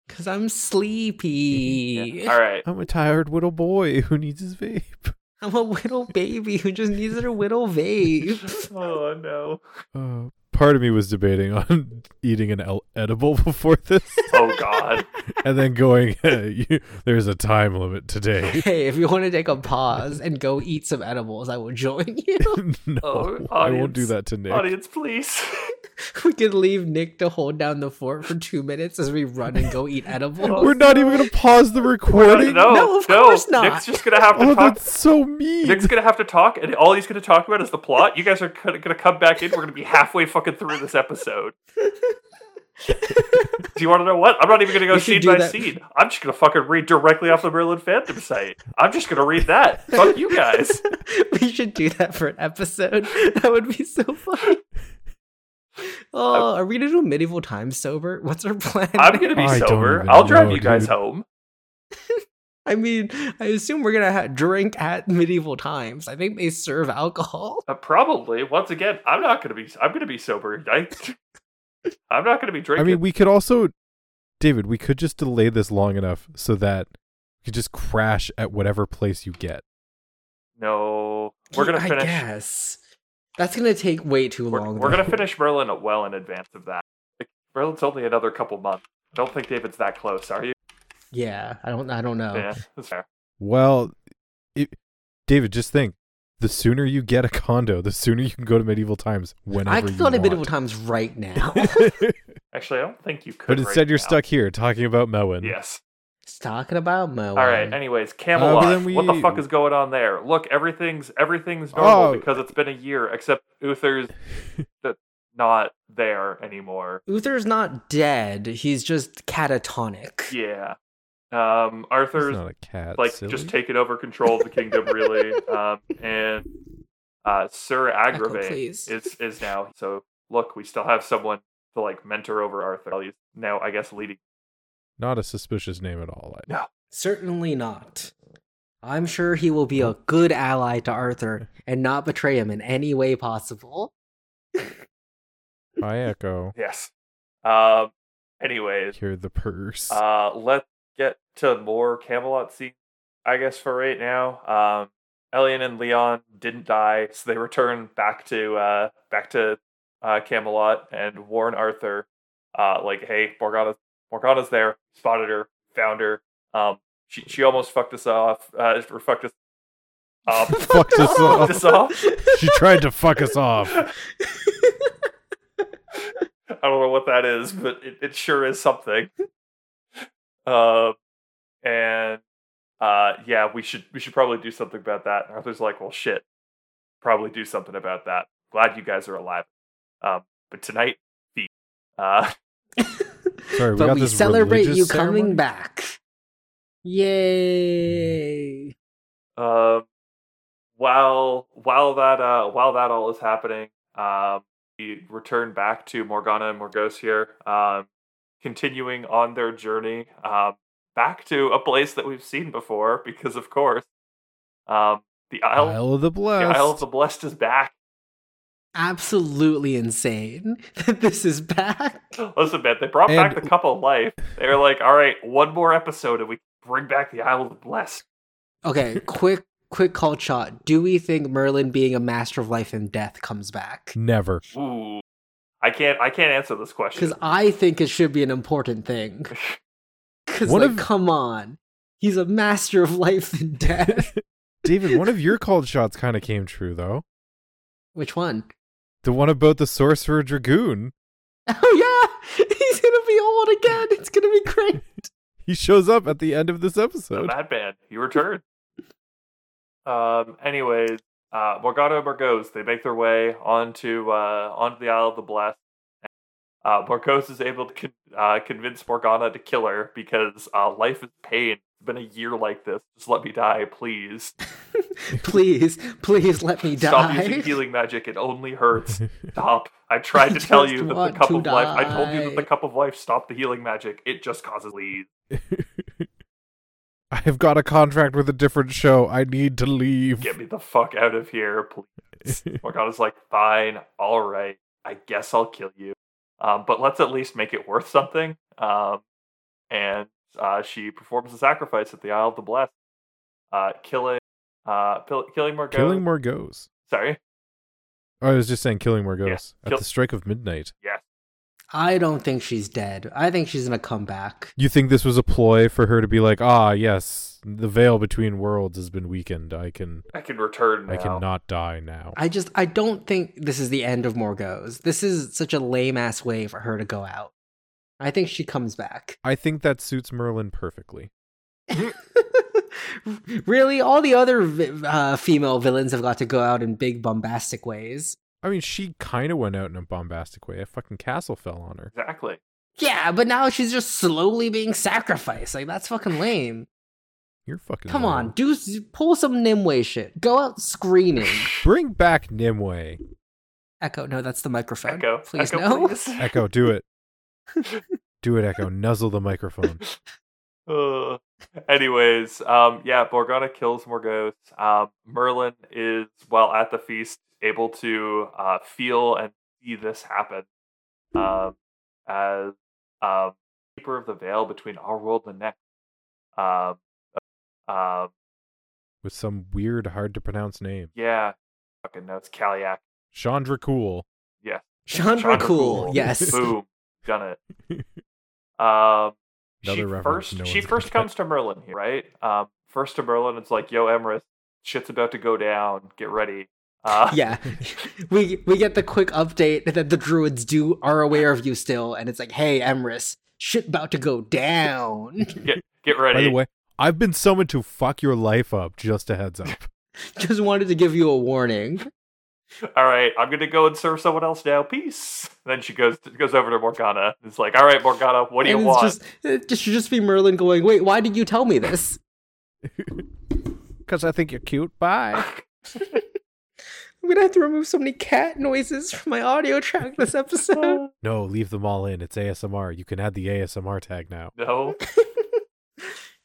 Speaker 3: Cause I'm sleepy.
Speaker 1: yeah. All right.
Speaker 2: I'm a tired little boy who needs his vape.
Speaker 3: I'm a whittle baby who just needs her whittle vape.
Speaker 1: Oh no.
Speaker 2: Uh, part of me was debating on eating an el- edible before this,
Speaker 1: Oh god.
Speaker 2: and then going, "Hey, you, "There's a time limit today."
Speaker 3: Hey, if you want to take a pause and go eat some edibles, I will join you.
Speaker 2: no,
Speaker 1: Oh,
Speaker 2: I won't do
Speaker 1: audience.
Speaker 2: that to Nick.
Speaker 1: Audience, please.
Speaker 3: we can leave Nick to hold down the fort for two minutes as we run and go eat edibles.
Speaker 2: We're not even gonna pause the
Speaker 1: no,
Speaker 2: recording.
Speaker 1: no,
Speaker 3: of course not.
Speaker 1: Nick's just gonna have to
Speaker 2: Oh,
Speaker 1: talk.
Speaker 2: that's so mean.
Speaker 1: Nick's gonna have to talk, and all he's gonna talk about is the plot. You guys are gonna gonna come back in. We're gonna be halfway fucking through this episode. Do you want to know what? I'm not even gonna go
Speaker 3: We should
Speaker 1: scene
Speaker 3: do
Speaker 1: by
Speaker 3: that.
Speaker 1: scene. I'm just gonna fucking read directly off the Merlin fandom site. I'm just gonna read that. Fuck you guys.
Speaker 3: we should do that for an episode. That would be so funny. Oh, are we gonna do medieval times sober? What's our plan?
Speaker 1: I'm gonna be
Speaker 2: I don't
Speaker 1: sober.
Speaker 2: even
Speaker 1: I'll drive
Speaker 2: know,
Speaker 1: you guys
Speaker 2: dude.
Speaker 1: home.
Speaker 3: I mean, I assume we're gonna ha- drink at medieval times. I think they serve alcohol.
Speaker 1: Uh, probably. Once again, I'm not gonna be. I'm gonna be sober. I, I'm not gonna be
Speaker 2: I
Speaker 1: drinking.
Speaker 2: mean, we could also, David, we could just delay this long enough so that we could just crash at whatever place you get.
Speaker 1: no, we're gonna
Speaker 3: I
Speaker 1: finish.
Speaker 3: guess. That's gonna take way too
Speaker 1: We're,
Speaker 3: long.
Speaker 1: we're
Speaker 3: though.
Speaker 1: gonna finish Merlin well in advance of that. Like, Merlin's only another couple months. I don't think David's that close, are you?
Speaker 3: Yeah, I don't. I don't know.
Speaker 1: Yeah, that's fair.
Speaker 2: Well, it, David, just think: the sooner you get a condo, the sooner you can go to medieval times whenever
Speaker 3: I
Speaker 2: you
Speaker 3: could go to medieval
Speaker 2: want.
Speaker 3: times right now.
Speaker 1: Actually, I don't think you could.
Speaker 2: but
Speaker 1: right
Speaker 2: instead, you're
Speaker 1: now.
Speaker 2: stuck here talking about Melwin.
Speaker 1: Yes.
Speaker 3: It's talking about Mo.
Speaker 1: All right. Anyways, Camelot.
Speaker 2: then
Speaker 1: What the
Speaker 2: we-
Speaker 1: fuck is going on there? Look, everything's everything's normal
Speaker 2: Oh.
Speaker 1: because it's been a year, except Uther's th- not there anymore.
Speaker 3: Uther's not dead. He's just catatonic.
Speaker 1: Yeah. Um, Arthur's
Speaker 2: It's not a cat.
Speaker 1: like
Speaker 2: silly.
Speaker 1: just taking over control of the kingdom, really. um, and uh, Sir
Speaker 3: Echo,
Speaker 1: Agravain
Speaker 3: please.
Speaker 1: is is now. So look, we still have someone to like mentor over Arthur. He's now, I guess, leading.
Speaker 2: not a suspicious name at all. Like,
Speaker 3: Certainly not. I'm sure he will be a good ally to Arthur and not betray him in any way possible.
Speaker 2: Hi, Echo.
Speaker 1: Yes. Um. Anyways,
Speaker 2: Hear the purse.
Speaker 1: uh, let's get to more Camelot scenes. I guess for right now, um, Elian and Leon didn't die, so they return back to uh back to uh Camelot and warn Arthur, uh, like, hey, Morgana, Morgana's there. Spotted her, found her. Um, she she almost fucked us off. Uh, or fucked us up.
Speaker 2: Fucked us
Speaker 1: fucked
Speaker 2: off.
Speaker 1: us off.
Speaker 2: she tried to fuck us off.
Speaker 1: I don't know what that is, but it, it sure is something. Uh, and uh, yeah, we should we should probably do something about that. And Arthur's like, well, shit, probably do something about that. Glad you guys are alive. Um, but tonight, feast. Uh,
Speaker 2: Sorry, we
Speaker 3: but
Speaker 2: got
Speaker 3: we
Speaker 2: this
Speaker 3: celebrate
Speaker 2: religious
Speaker 3: you
Speaker 2: ceremony?
Speaker 3: coming back. Yay!
Speaker 1: um, while while that uh, while that all is happening, um, we return back to Morgana and Morgos here, um, continuing on their journey um, back to a place that we've seen before, because of course, um, the Isle,
Speaker 2: Isle of the
Speaker 1: the
Speaker 2: Blessed.
Speaker 1: Isle of the Blessed is back.
Speaker 3: Absolutely insane that this is back.
Speaker 1: Listen, man, they brought back the
Speaker 2: And-
Speaker 1: Cup of Life. They were like, all right, one more episode, and we bring back the Isle of the Blessed.
Speaker 3: Okay, quick, quick call shot. Do we think Merlin being a master of life and death comes back?
Speaker 2: Never.
Speaker 1: Ooh, I can't, I can't answer this question.
Speaker 3: Because I think it should be an important thing. Because,
Speaker 2: One
Speaker 3: like,
Speaker 2: of-
Speaker 3: come on. He's a master of life and death.
Speaker 2: David, one of your called shots kind of came true though.
Speaker 3: Which one?
Speaker 2: The one about the sorcerer dragoon.
Speaker 3: Oh, yeah! He's gonna be old again. It's gonna be great.
Speaker 2: He shows up at the end of this
Speaker 1: The
Speaker 2: episode.
Speaker 1: Madman. He returned. um. Anyways, uh, Morgana and Morgos they make their way onto uh onto the Isle of the Blessed. Uh, Morgos is able to con- uh, convince Morgana to kill her because uh, life is pain. been a year like this. Just let me die, please.
Speaker 3: please, please let me die.
Speaker 1: Stop using healing magic. It only hurts. Stop. I tried to tell you that the
Speaker 3: want
Speaker 1: cup
Speaker 3: to
Speaker 1: of life. I told you that the
Speaker 3: die.
Speaker 1: cup of life stopped the healing magic. It just causes leaves.
Speaker 2: I have got a contract with a different show. I need to leave.
Speaker 1: Get me the fuck out of here, please. Morgana's like, fine, all right, I guess I'll kill you. Um, but let's at least make it worth something. Um, and uh, she performs the sacrifice at the Isle of the Blessed, uh, killing, uh, pil- killing Morgana.
Speaker 2: Killing more goes.
Speaker 1: Sorry,
Speaker 2: Oh, I was just saying, killing more goes at
Speaker 1: kill-
Speaker 2: the strike of midnight.
Speaker 3: I don't think she's dead. I think she's gonna come back.
Speaker 2: You think this was a ploy for her to be like, ah, yes, the veil between worlds has been weakened. I can,
Speaker 1: I can return now.
Speaker 2: I cannot die now.
Speaker 3: I just I don't think this is the end of Morgos. This is such a lame ass way for her to go out. I think she comes back.
Speaker 2: I think that suits Merlin perfectly.
Speaker 3: really, all the other vi- uh, female villains have got to go out in big bombastic ways.
Speaker 2: I mean, she kind of went out in a bombastic way. A fucking castle fell on her.
Speaker 1: Exactly.
Speaker 3: Yeah, but now she's just slowly being sacrificed. Like that's fucking lame.
Speaker 2: You're fucking.
Speaker 3: Come
Speaker 2: lame.
Speaker 3: on, do s- pull some Nimue shit. Go out screaming.
Speaker 2: Bring back Nimue.
Speaker 3: Echo, no, that's the microphone.
Speaker 1: Echo,
Speaker 3: please
Speaker 1: Echo,
Speaker 3: no.
Speaker 1: please.
Speaker 2: Echo, do it. do it, Echo. Nuzzle the microphone.
Speaker 1: Uh, anyways, um, yeah, Morgana kills Morgoth. Um, Merlin is, while at the feast, able to uh, feel and see this happen. Um, as um, keeper of the veil between our world and the next. Um, um,
Speaker 2: With some weird, hard to pronounce name.
Speaker 1: yeah, fucking knows Kaliak.
Speaker 2: Chandra Cool.
Speaker 3: Chandra,
Speaker 1: Chandra
Speaker 3: cool.
Speaker 1: Cool.
Speaker 3: Yes.
Speaker 1: Boom, done it. Um, she
Speaker 2: Another reference
Speaker 1: first,
Speaker 2: no
Speaker 1: she
Speaker 2: one's gonna
Speaker 1: first
Speaker 2: get.
Speaker 1: comes to Merlin here, right? Um, first to Merlin, it's like, "Yo, Emerith, shit's about to go down. Get ready." Uh,
Speaker 3: yeah we we get the quick update that the druids do are aware of you still and it's like hey emrys shit about to go down
Speaker 1: get
Speaker 2: By
Speaker 1: ready.
Speaker 2: the way, I've been summoned to fuck your life up. Just a heads up.
Speaker 3: just wanted to give you a warning
Speaker 1: All right, I'm gonna go and serve someone else now. Peace. Then she goes goes over to Morgana. It's like, "All right, Morgana, what do
Speaker 3: and
Speaker 1: you want?"
Speaker 3: it's just it just- should just be merlin going wait why did you tell me this
Speaker 2: Because I think you're cute. Bye.
Speaker 3: i'm gonna have to remove so many cat noises from my audio track this episode
Speaker 2: No, leave them all in. It's ASMR. You can add the ASMR tag now.
Speaker 1: no.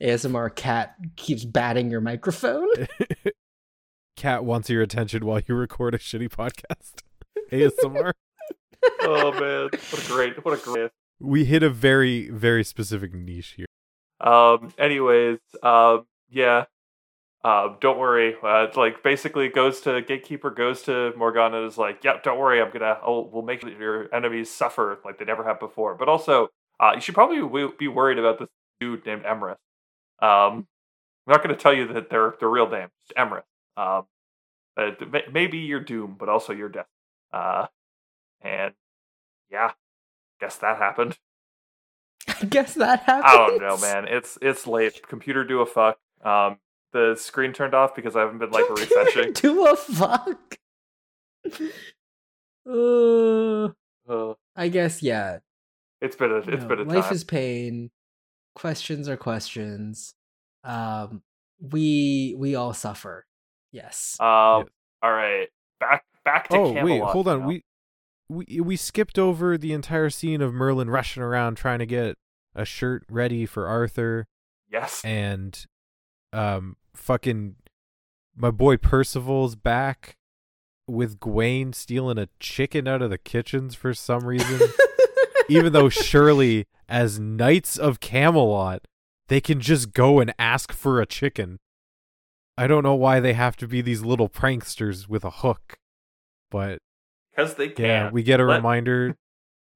Speaker 3: asmr cat keeps batting your microphone
Speaker 2: Cat wants your attention while you record a shitty podcast. ASMR.
Speaker 1: Oh man, what a great, what a great.
Speaker 2: We hit a very, very specific niche here.
Speaker 1: Um. Anyways, um. Yeah. Um. Don't worry. Uh, it's like basically goes to gatekeeper goes to Morgana and is like, "Yep, don't worry. I'm gonna. I'll, we'll make sure that your enemies suffer like they never have before." But also, uh, you should probably w- be worried about this dude named Emrys. Um. I'm not gonna tell you that their their real name is Emrys. Um. Uh, th- may- maybe your doom, but also your death. Uh. And yeah, guess that happened.
Speaker 3: i guess that happened
Speaker 1: I don't know, man. It's it's late. Computer do a fuck. Um, the screen turned off because I haven't been like refreshing.
Speaker 3: do a fuck uh,
Speaker 1: Uh,
Speaker 3: i guess yeah
Speaker 1: it's been a it's
Speaker 3: No,
Speaker 1: been a
Speaker 3: life
Speaker 1: time.
Speaker 3: is pain questions are questions um we we all suffer yes
Speaker 1: Um, all right, back back to
Speaker 2: oh
Speaker 1: Camelot.
Speaker 2: wait, hold on.
Speaker 1: now.
Speaker 2: We we we skipped over the entire scene of Merlin rushing around trying to get a shirt ready for Arthur.
Speaker 1: yes,
Speaker 2: and um fucking my boy Percival's back with Gawain stealing a chicken out of the kitchens for some reason. Even though surely as knights of Camelot, they can just go and ask for a chicken. I don't know why they have to be these little pranksters with a hook. But
Speaker 1: because they can.
Speaker 2: yeah, we get a
Speaker 1: Let-
Speaker 2: reminder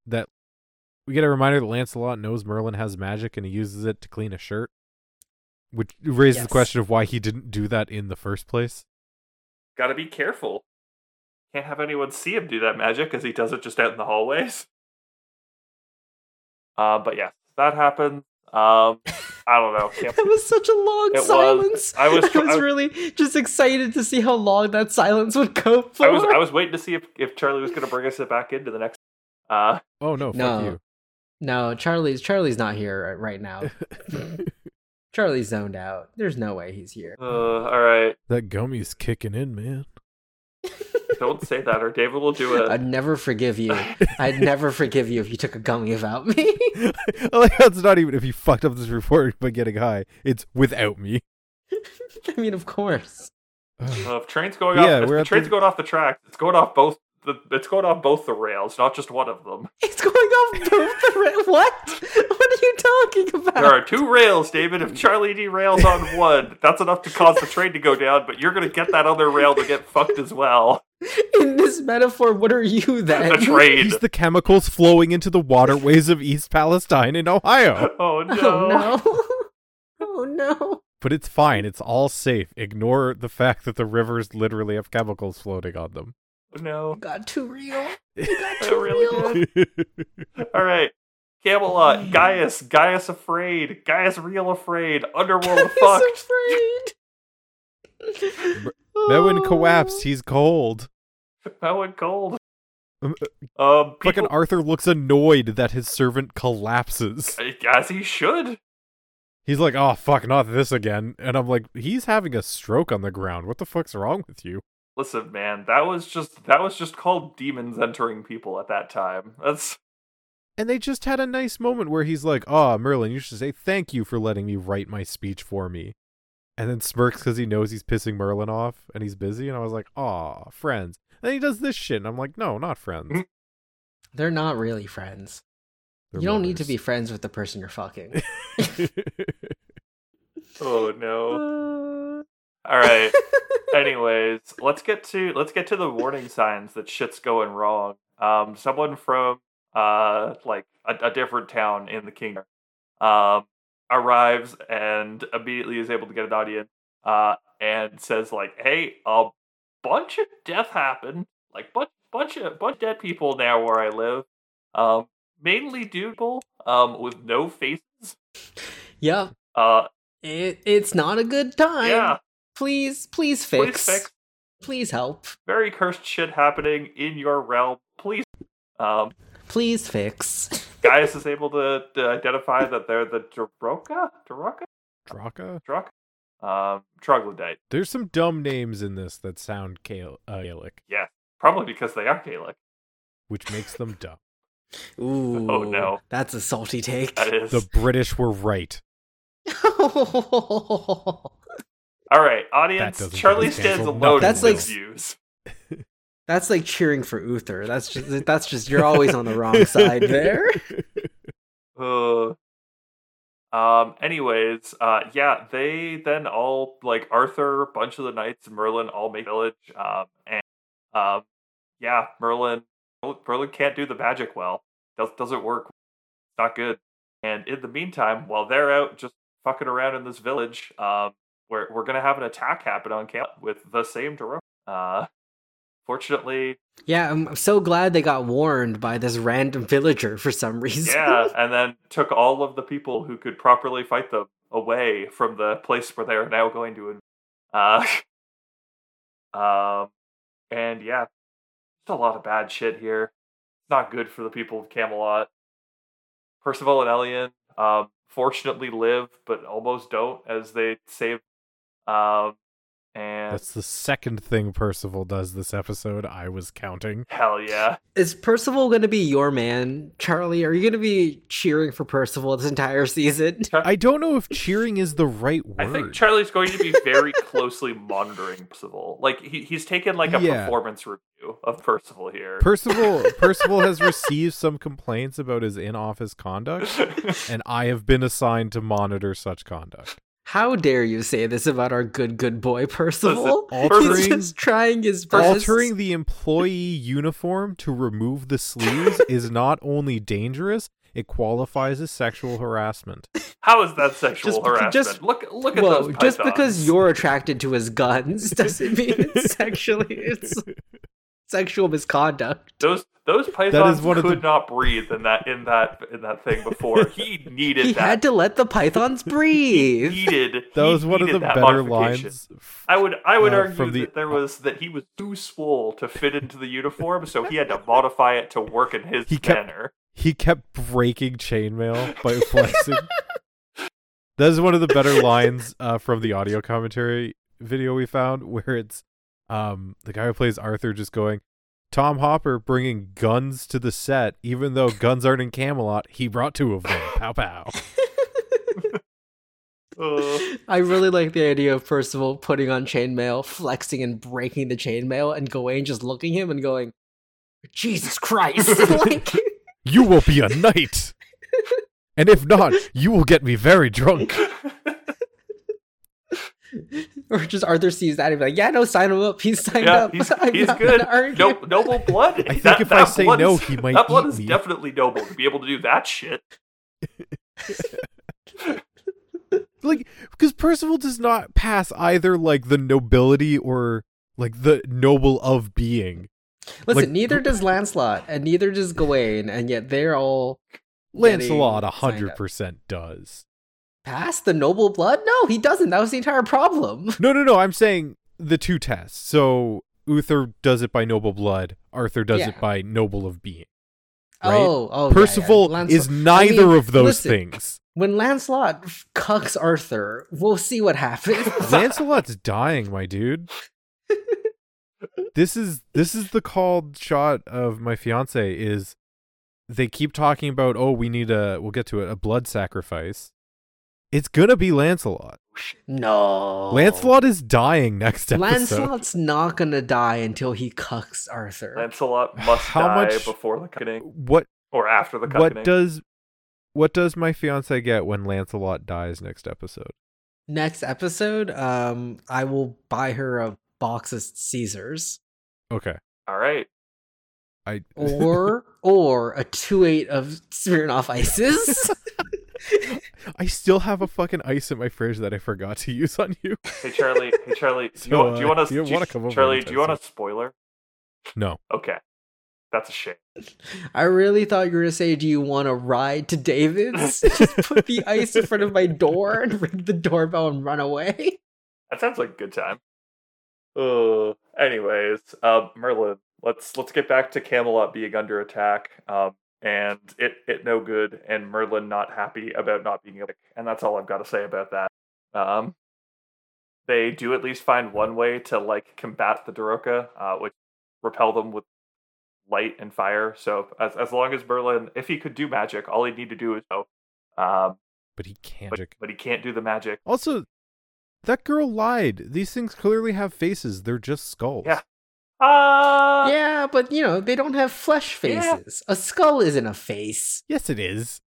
Speaker 2: that we get a reminder that Lancelot knows Merlin has magic and he uses it to clean a shirt, which raises
Speaker 3: Yes.
Speaker 2: the question of why he didn't do that in the first place.
Speaker 1: got to be careful. Can't have anyone see him do that magic because he does it just out in the hallways. Uh, but yes, that happened. Um, I don't know. Can't-
Speaker 3: that was such a long
Speaker 1: It was.
Speaker 3: silence
Speaker 1: I was- I-
Speaker 3: really just excited to see how long that silence would go for
Speaker 1: I was I was waiting to see if, if Charlie was going to bring us back into the next. Uh,
Speaker 2: Oh no,
Speaker 3: No.
Speaker 2: fuck you.
Speaker 3: no charlie's charlie's not here right now Charlie's zoned out. There's no way he's here.
Speaker 1: Uh, all right.
Speaker 2: That gummy's kicking in, man.
Speaker 1: Don't say that, or David will do it.
Speaker 3: I'd never forgive you. I'd never forgive you if you took a gummy about me.
Speaker 2: I like how it's not even if you fucked up this report by getting high. It's without me.
Speaker 3: I mean, of course.
Speaker 1: Uh, if train's going
Speaker 2: Yeah,
Speaker 1: off, if
Speaker 2: we're
Speaker 1: the
Speaker 2: at
Speaker 1: train's
Speaker 2: the-
Speaker 1: going off the track. It's going off both. The, it's going off both the rails, not just one of them.
Speaker 3: It's going off both the ra- what? What are you talking about?
Speaker 1: There are two rails, David. If Charlie derails on one, that's enough to cause the train to go down. But you're going to get that other rail to get fucked as well.
Speaker 3: In this metaphor, what are you then?
Speaker 1: The train.
Speaker 2: He's the chemicals flowing into the waterways of East Palestine in Ohio.
Speaker 1: Oh no.
Speaker 3: Oh no. Oh no.
Speaker 2: But it's fine. It's all safe. Ignore the fact that the rivers literally have chemicals floating on them.
Speaker 1: No.
Speaker 3: Got too real.
Speaker 1: I really did. All right.
Speaker 2: Oh,
Speaker 1: Camelot, Gaius, Gaius afraid, Gaius real afraid, underworld
Speaker 3: I'm
Speaker 1: fucked.
Speaker 3: so afraid.
Speaker 2: that one
Speaker 3: Oh.
Speaker 2: collapsed. He's cold.
Speaker 1: That went cold.
Speaker 2: Um,
Speaker 1: Um,
Speaker 2: Fucking
Speaker 1: people,
Speaker 2: Arthur looks annoyed that his servant collapses.
Speaker 1: as he should.
Speaker 2: He's like, oh, fuck, not this again. And I'm like, he's having a stroke on the ground. What the fuck's wrong with you?
Speaker 1: Listen, man, that was just that was just called demons entering people at that time. That's
Speaker 2: And they just had a nice moment where he's like, "Ah, Merlin, you should say thank you for letting me write my speech for me." And then smirks because he knows he's pissing Merlin off and he's busy. And I was like, "Ah, friends." And then he does this shit, and I'm like, "No, not friends.
Speaker 3: Mm-hmm.
Speaker 1: Mm.
Speaker 3: They're not really friends.
Speaker 2: They're
Speaker 3: you don't need to be
Speaker 2: brothers."
Speaker 3: friends with the person you're fucking.
Speaker 1: oh no. Oh.
Speaker 3: Uh,
Speaker 1: All right. Anyways, let's get to let's get to the warning signs that shit's going wrong. Um, someone from uh like a, a different town in the kingdom um arrives and immediately is able to get an audience uh and says like, "Hey, a bunch of death happened. Like bunch bunch of bunch of dead people now where I live. Um, mainly people um with no faces.
Speaker 3: yeah,
Speaker 1: Uh,
Speaker 3: it, it's not a good time.
Speaker 1: yeah,
Speaker 3: Please, please fix.
Speaker 1: please fix
Speaker 3: Please help.
Speaker 1: very cursed shit happening in your realm. Please, um,
Speaker 3: Please fix.
Speaker 1: Gaius is able to, to identify that they're the Droka, Droka,
Speaker 2: Draka.
Speaker 1: Druk, um, troglodyte.
Speaker 2: There's some dumb names in this that sound Gael- uh, Gaelic,
Speaker 1: Probably because they are Gaelic.
Speaker 2: which makes them dumb.
Speaker 3: Ooh.
Speaker 1: Oh, no.
Speaker 3: That's a salty take.
Speaker 1: That is
Speaker 2: The British were right.
Speaker 1: all right. Audience,
Speaker 2: doesn't
Speaker 1: Charlie
Speaker 2: get us
Speaker 1: stands
Speaker 2: canceled.
Speaker 1: alone.
Speaker 3: That's
Speaker 1: in
Speaker 3: like-
Speaker 1: his views.
Speaker 3: that's like cheering for Uther. That's just that's just you're always on the wrong side there.
Speaker 1: Uh, um. Anyways, uh, yeah, they then all like Arthur, bunch of the knights, Merlin all make village. Um, and um, yeah, Merlin, Merlin can't do the magic well. Does doesn't work. Not good. And in the meantime, while they're out just fucking around in this village, um, we're we're gonna have an attack happen on camp with the same Doro. Uh, fortunately,
Speaker 3: Yeah, I'm, I'm so glad they got warned by this random villager for some reason.
Speaker 1: yeah, and then took all of the people who could properly fight them away from the place where they are now going to. inv- Uh, um, and yeah, just a lot of bad shit here. Not good for the people of Camelot. Percival and Elian, um, fortunately live, but almost don't as they save. Um, and
Speaker 2: That's the second thing Percival does this episode. I was counting.
Speaker 1: hell yeah,
Speaker 3: Is Percival going to be your man, Charlie? Are you going to be cheering for Percival this entire season?
Speaker 2: I don't know if cheering is the right word.
Speaker 1: I think Charlie's going to be very closely monitoring Percival. Like he, he's taken like a
Speaker 2: Yeah.
Speaker 1: performance review of Percival here.
Speaker 2: Percival Percival has received some complaints about his in-office conduct, and I have been assigned to monitor such conduct.
Speaker 3: How dare you say this about our good, good boy, Percival? He's
Speaker 2: altering-
Speaker 3: just trying his best.
Speaker 2: Altering the employee uniform to remove the sleeves is not only dangerous, it qualifies as sexual harassment.
Speaker 1: How is that sexual
Speaker 3: Just beca-
Speaker 1: harassment?
Speaker 3: just-
Speaker 1: look, look at
Speaker 3: Whoa,
Speaker 1: those.
Speaker 3: just
Speaker 1: pythons.
Speaker 3: because you're attracted to his guns doesn't mean it's sexually it's sexual misconduct.
Speaker 1: those those pythons
Speaker 2: one of
Speaker 1: could
Speaker 2: the-
Speaker 1: not breathe in that in that in that thing before. He needed
Speaker 3: He
Speaker 1: that.
Speaker 3: had to let the pythons breathe.
Speaker 1: needed.
Speaker 2: That
Speaker 1: he
Speaker 2: was one of
Speaker 1: needed
Speaker 2: the
Speaker 1: that
Speaker 2: better
Speaker 1: modification.
Speaker 2: lines.
Speaker 1: I would I would
Speaker 2: uh,
Speaker 1: argue
Speaker 2: from the-
Speaker 1: that there was that he was too swole to fit into the uniform, so he had to modify it to work in his
Speaker 2: He kept-
Speaker 1: manner.
Speaker 2: He kept breaking chainmail by flexing. That is one of the better lines uh, from the audio commentary video we found, where it's um, the guy who plays Arthur just going, Tom Hopper bringing guns to the set, even though guns aren't in Camelot. He brought two of them. Pow pow.
Speaker 1: Uh,
Speaker 3: I really like the idea of Percival putting on chainmail, flexing and breaking the chainmail, and Gawain just looking at him and going, Jesus Christ! like,
Speaker 2: You will be a knight, and if not, you will get me very drunk.
Speaker 3: or just Arthur sees that and be like, yeah, no, sign him up. He's signed
Speaker 1: yeah,
Speaker 3: up.
Speaker 1: he's,
Speaker 3: I'm
Speaker 1: he's
Speaker 3: not
Speaker 1: good.
Speaker 3: gonna argue."
Speaker 1: No, noble blood.
Speaker 2: I think
Speaker 1: That-
Speaker 2: if
Speaker 1: that
Speaker 2: I say
Speaker 1: blood
Speaker 2: no,
Speaker 1: is-
Speaker 2: he might
Speaker 1: That blood
Speaker 2: eat
Speaker 1: is
Speaker 2: me.
Speaker 1: definitely noble to be able to do that shit.
Speaker 2: like because Percival does not pass either like the nobility or like the noble of being.
Speaker 3: Listen,
Speaker 2: like-
Speaker 3: neither does Lancelot, and neither does Gawain, and yet they're all
Speaker 2: Lancelot a
Speaker 3: Getting signed
Speaker 2: hundred
Speaker 3: up.
Speaker 2: percent does.
Speaker 3: past the noble blood. No, he doesn't. That was the entire problem.
Speaker 2: No, no, no. I'm saying the two tests. So Uther does it by noble blood. Arthur does
Speaker 3: Yeah.
Speaker 2: it by noble of being. Right?
Speaker 3: Oh, oh, yeah, yeah.
Speaker 2: Percival
Speaker 3: Lancel-
Speaker 2: is
Speaker 3: I
Speaker 2: neither
Speaker 3: mean,
Speaker 2: of those
Speaker 3: listen,
Speaker 2: things.
Speaker 3: When Lancelot f- cucks Arthur, we'll see what happens.
Speaker 2: Lancelot's dying, my dude. this is this is the called shot of my fiance is they keep talking about oh we need a we'll get to it a blood sacrifice. It's gonna be Lancelot.
Speaker 3: no,
Speaker 2: Lancelot is dying next episode.
Speaker 3: Lancelot's not gonna die until he cucks Arthur.
Speaker 1: Lancelot must
Speaker 2: How
Speaker 1: die
Speaker 2: much-
Speaker 1: before the cutting
Speaker 2: What
Speaker 1: or after the cutting.
Speaker 2: what does what does my fiance get when Lancelot dies next episode?
Speaker 3: Next episode, um, I will buy her a box of Caesars
Speaker 2: Okay.
Speaker 1: All right.
Speaker 2: I
Speaker 3: or or a two eight of Smirnoff ices.
Speaker 2: I still have a fucking ice in my fridge that I forgot to use on you.
Speaker 1: Hey Charlie. Hey Charlie. do you
Speaker 2: So,
Speaker 1: want? Do you
Speaker 2: uh,
Speaker 1: want
Speaker 2: do you
Speaker 1: to?
Speaker 2: wanna come over
Speaker 1: Charlie,
Speaker 2: and
Speaker 1: do
Speaker 2: test
Speaker 1: you want a
Speaker 2: it?
Speaker 1: spoiler?
Speaker 2: No.
Speaker 1: Okay, that's a shame.
Speaker 3: I really thought you were gonna say, "Do you want a ride to David's?" Just put the ice in front of my door and ring the doorbell and run away.
Speaker 1: That sounds like a good time. Uh, anyways, uh, Merlin, let's let's get back to Camelot being under attack, um, and it it no good, and Merlin not happy about not being able, and that's all I've got to say about that. Um, they do at least find one way to like combat the Daroka, uh, which repel them with light and fire. So as as long as Merlin, if he could do magic, all he'd need to do is know, um,
Speaker 2: But he can't.
Speaker 1: but, but he can't do the magic.
Speaker 2: Also, that girl lied. These things clearly have faces. They're just skulls.
Speaker 1: Yeah. Ah,
Speaker 3: yeah, but you know they don't have flesh
Speaker 1: Yeah.
Speaker 3: faces. A skull isn't a face,
Speaker 2: Yes, it is.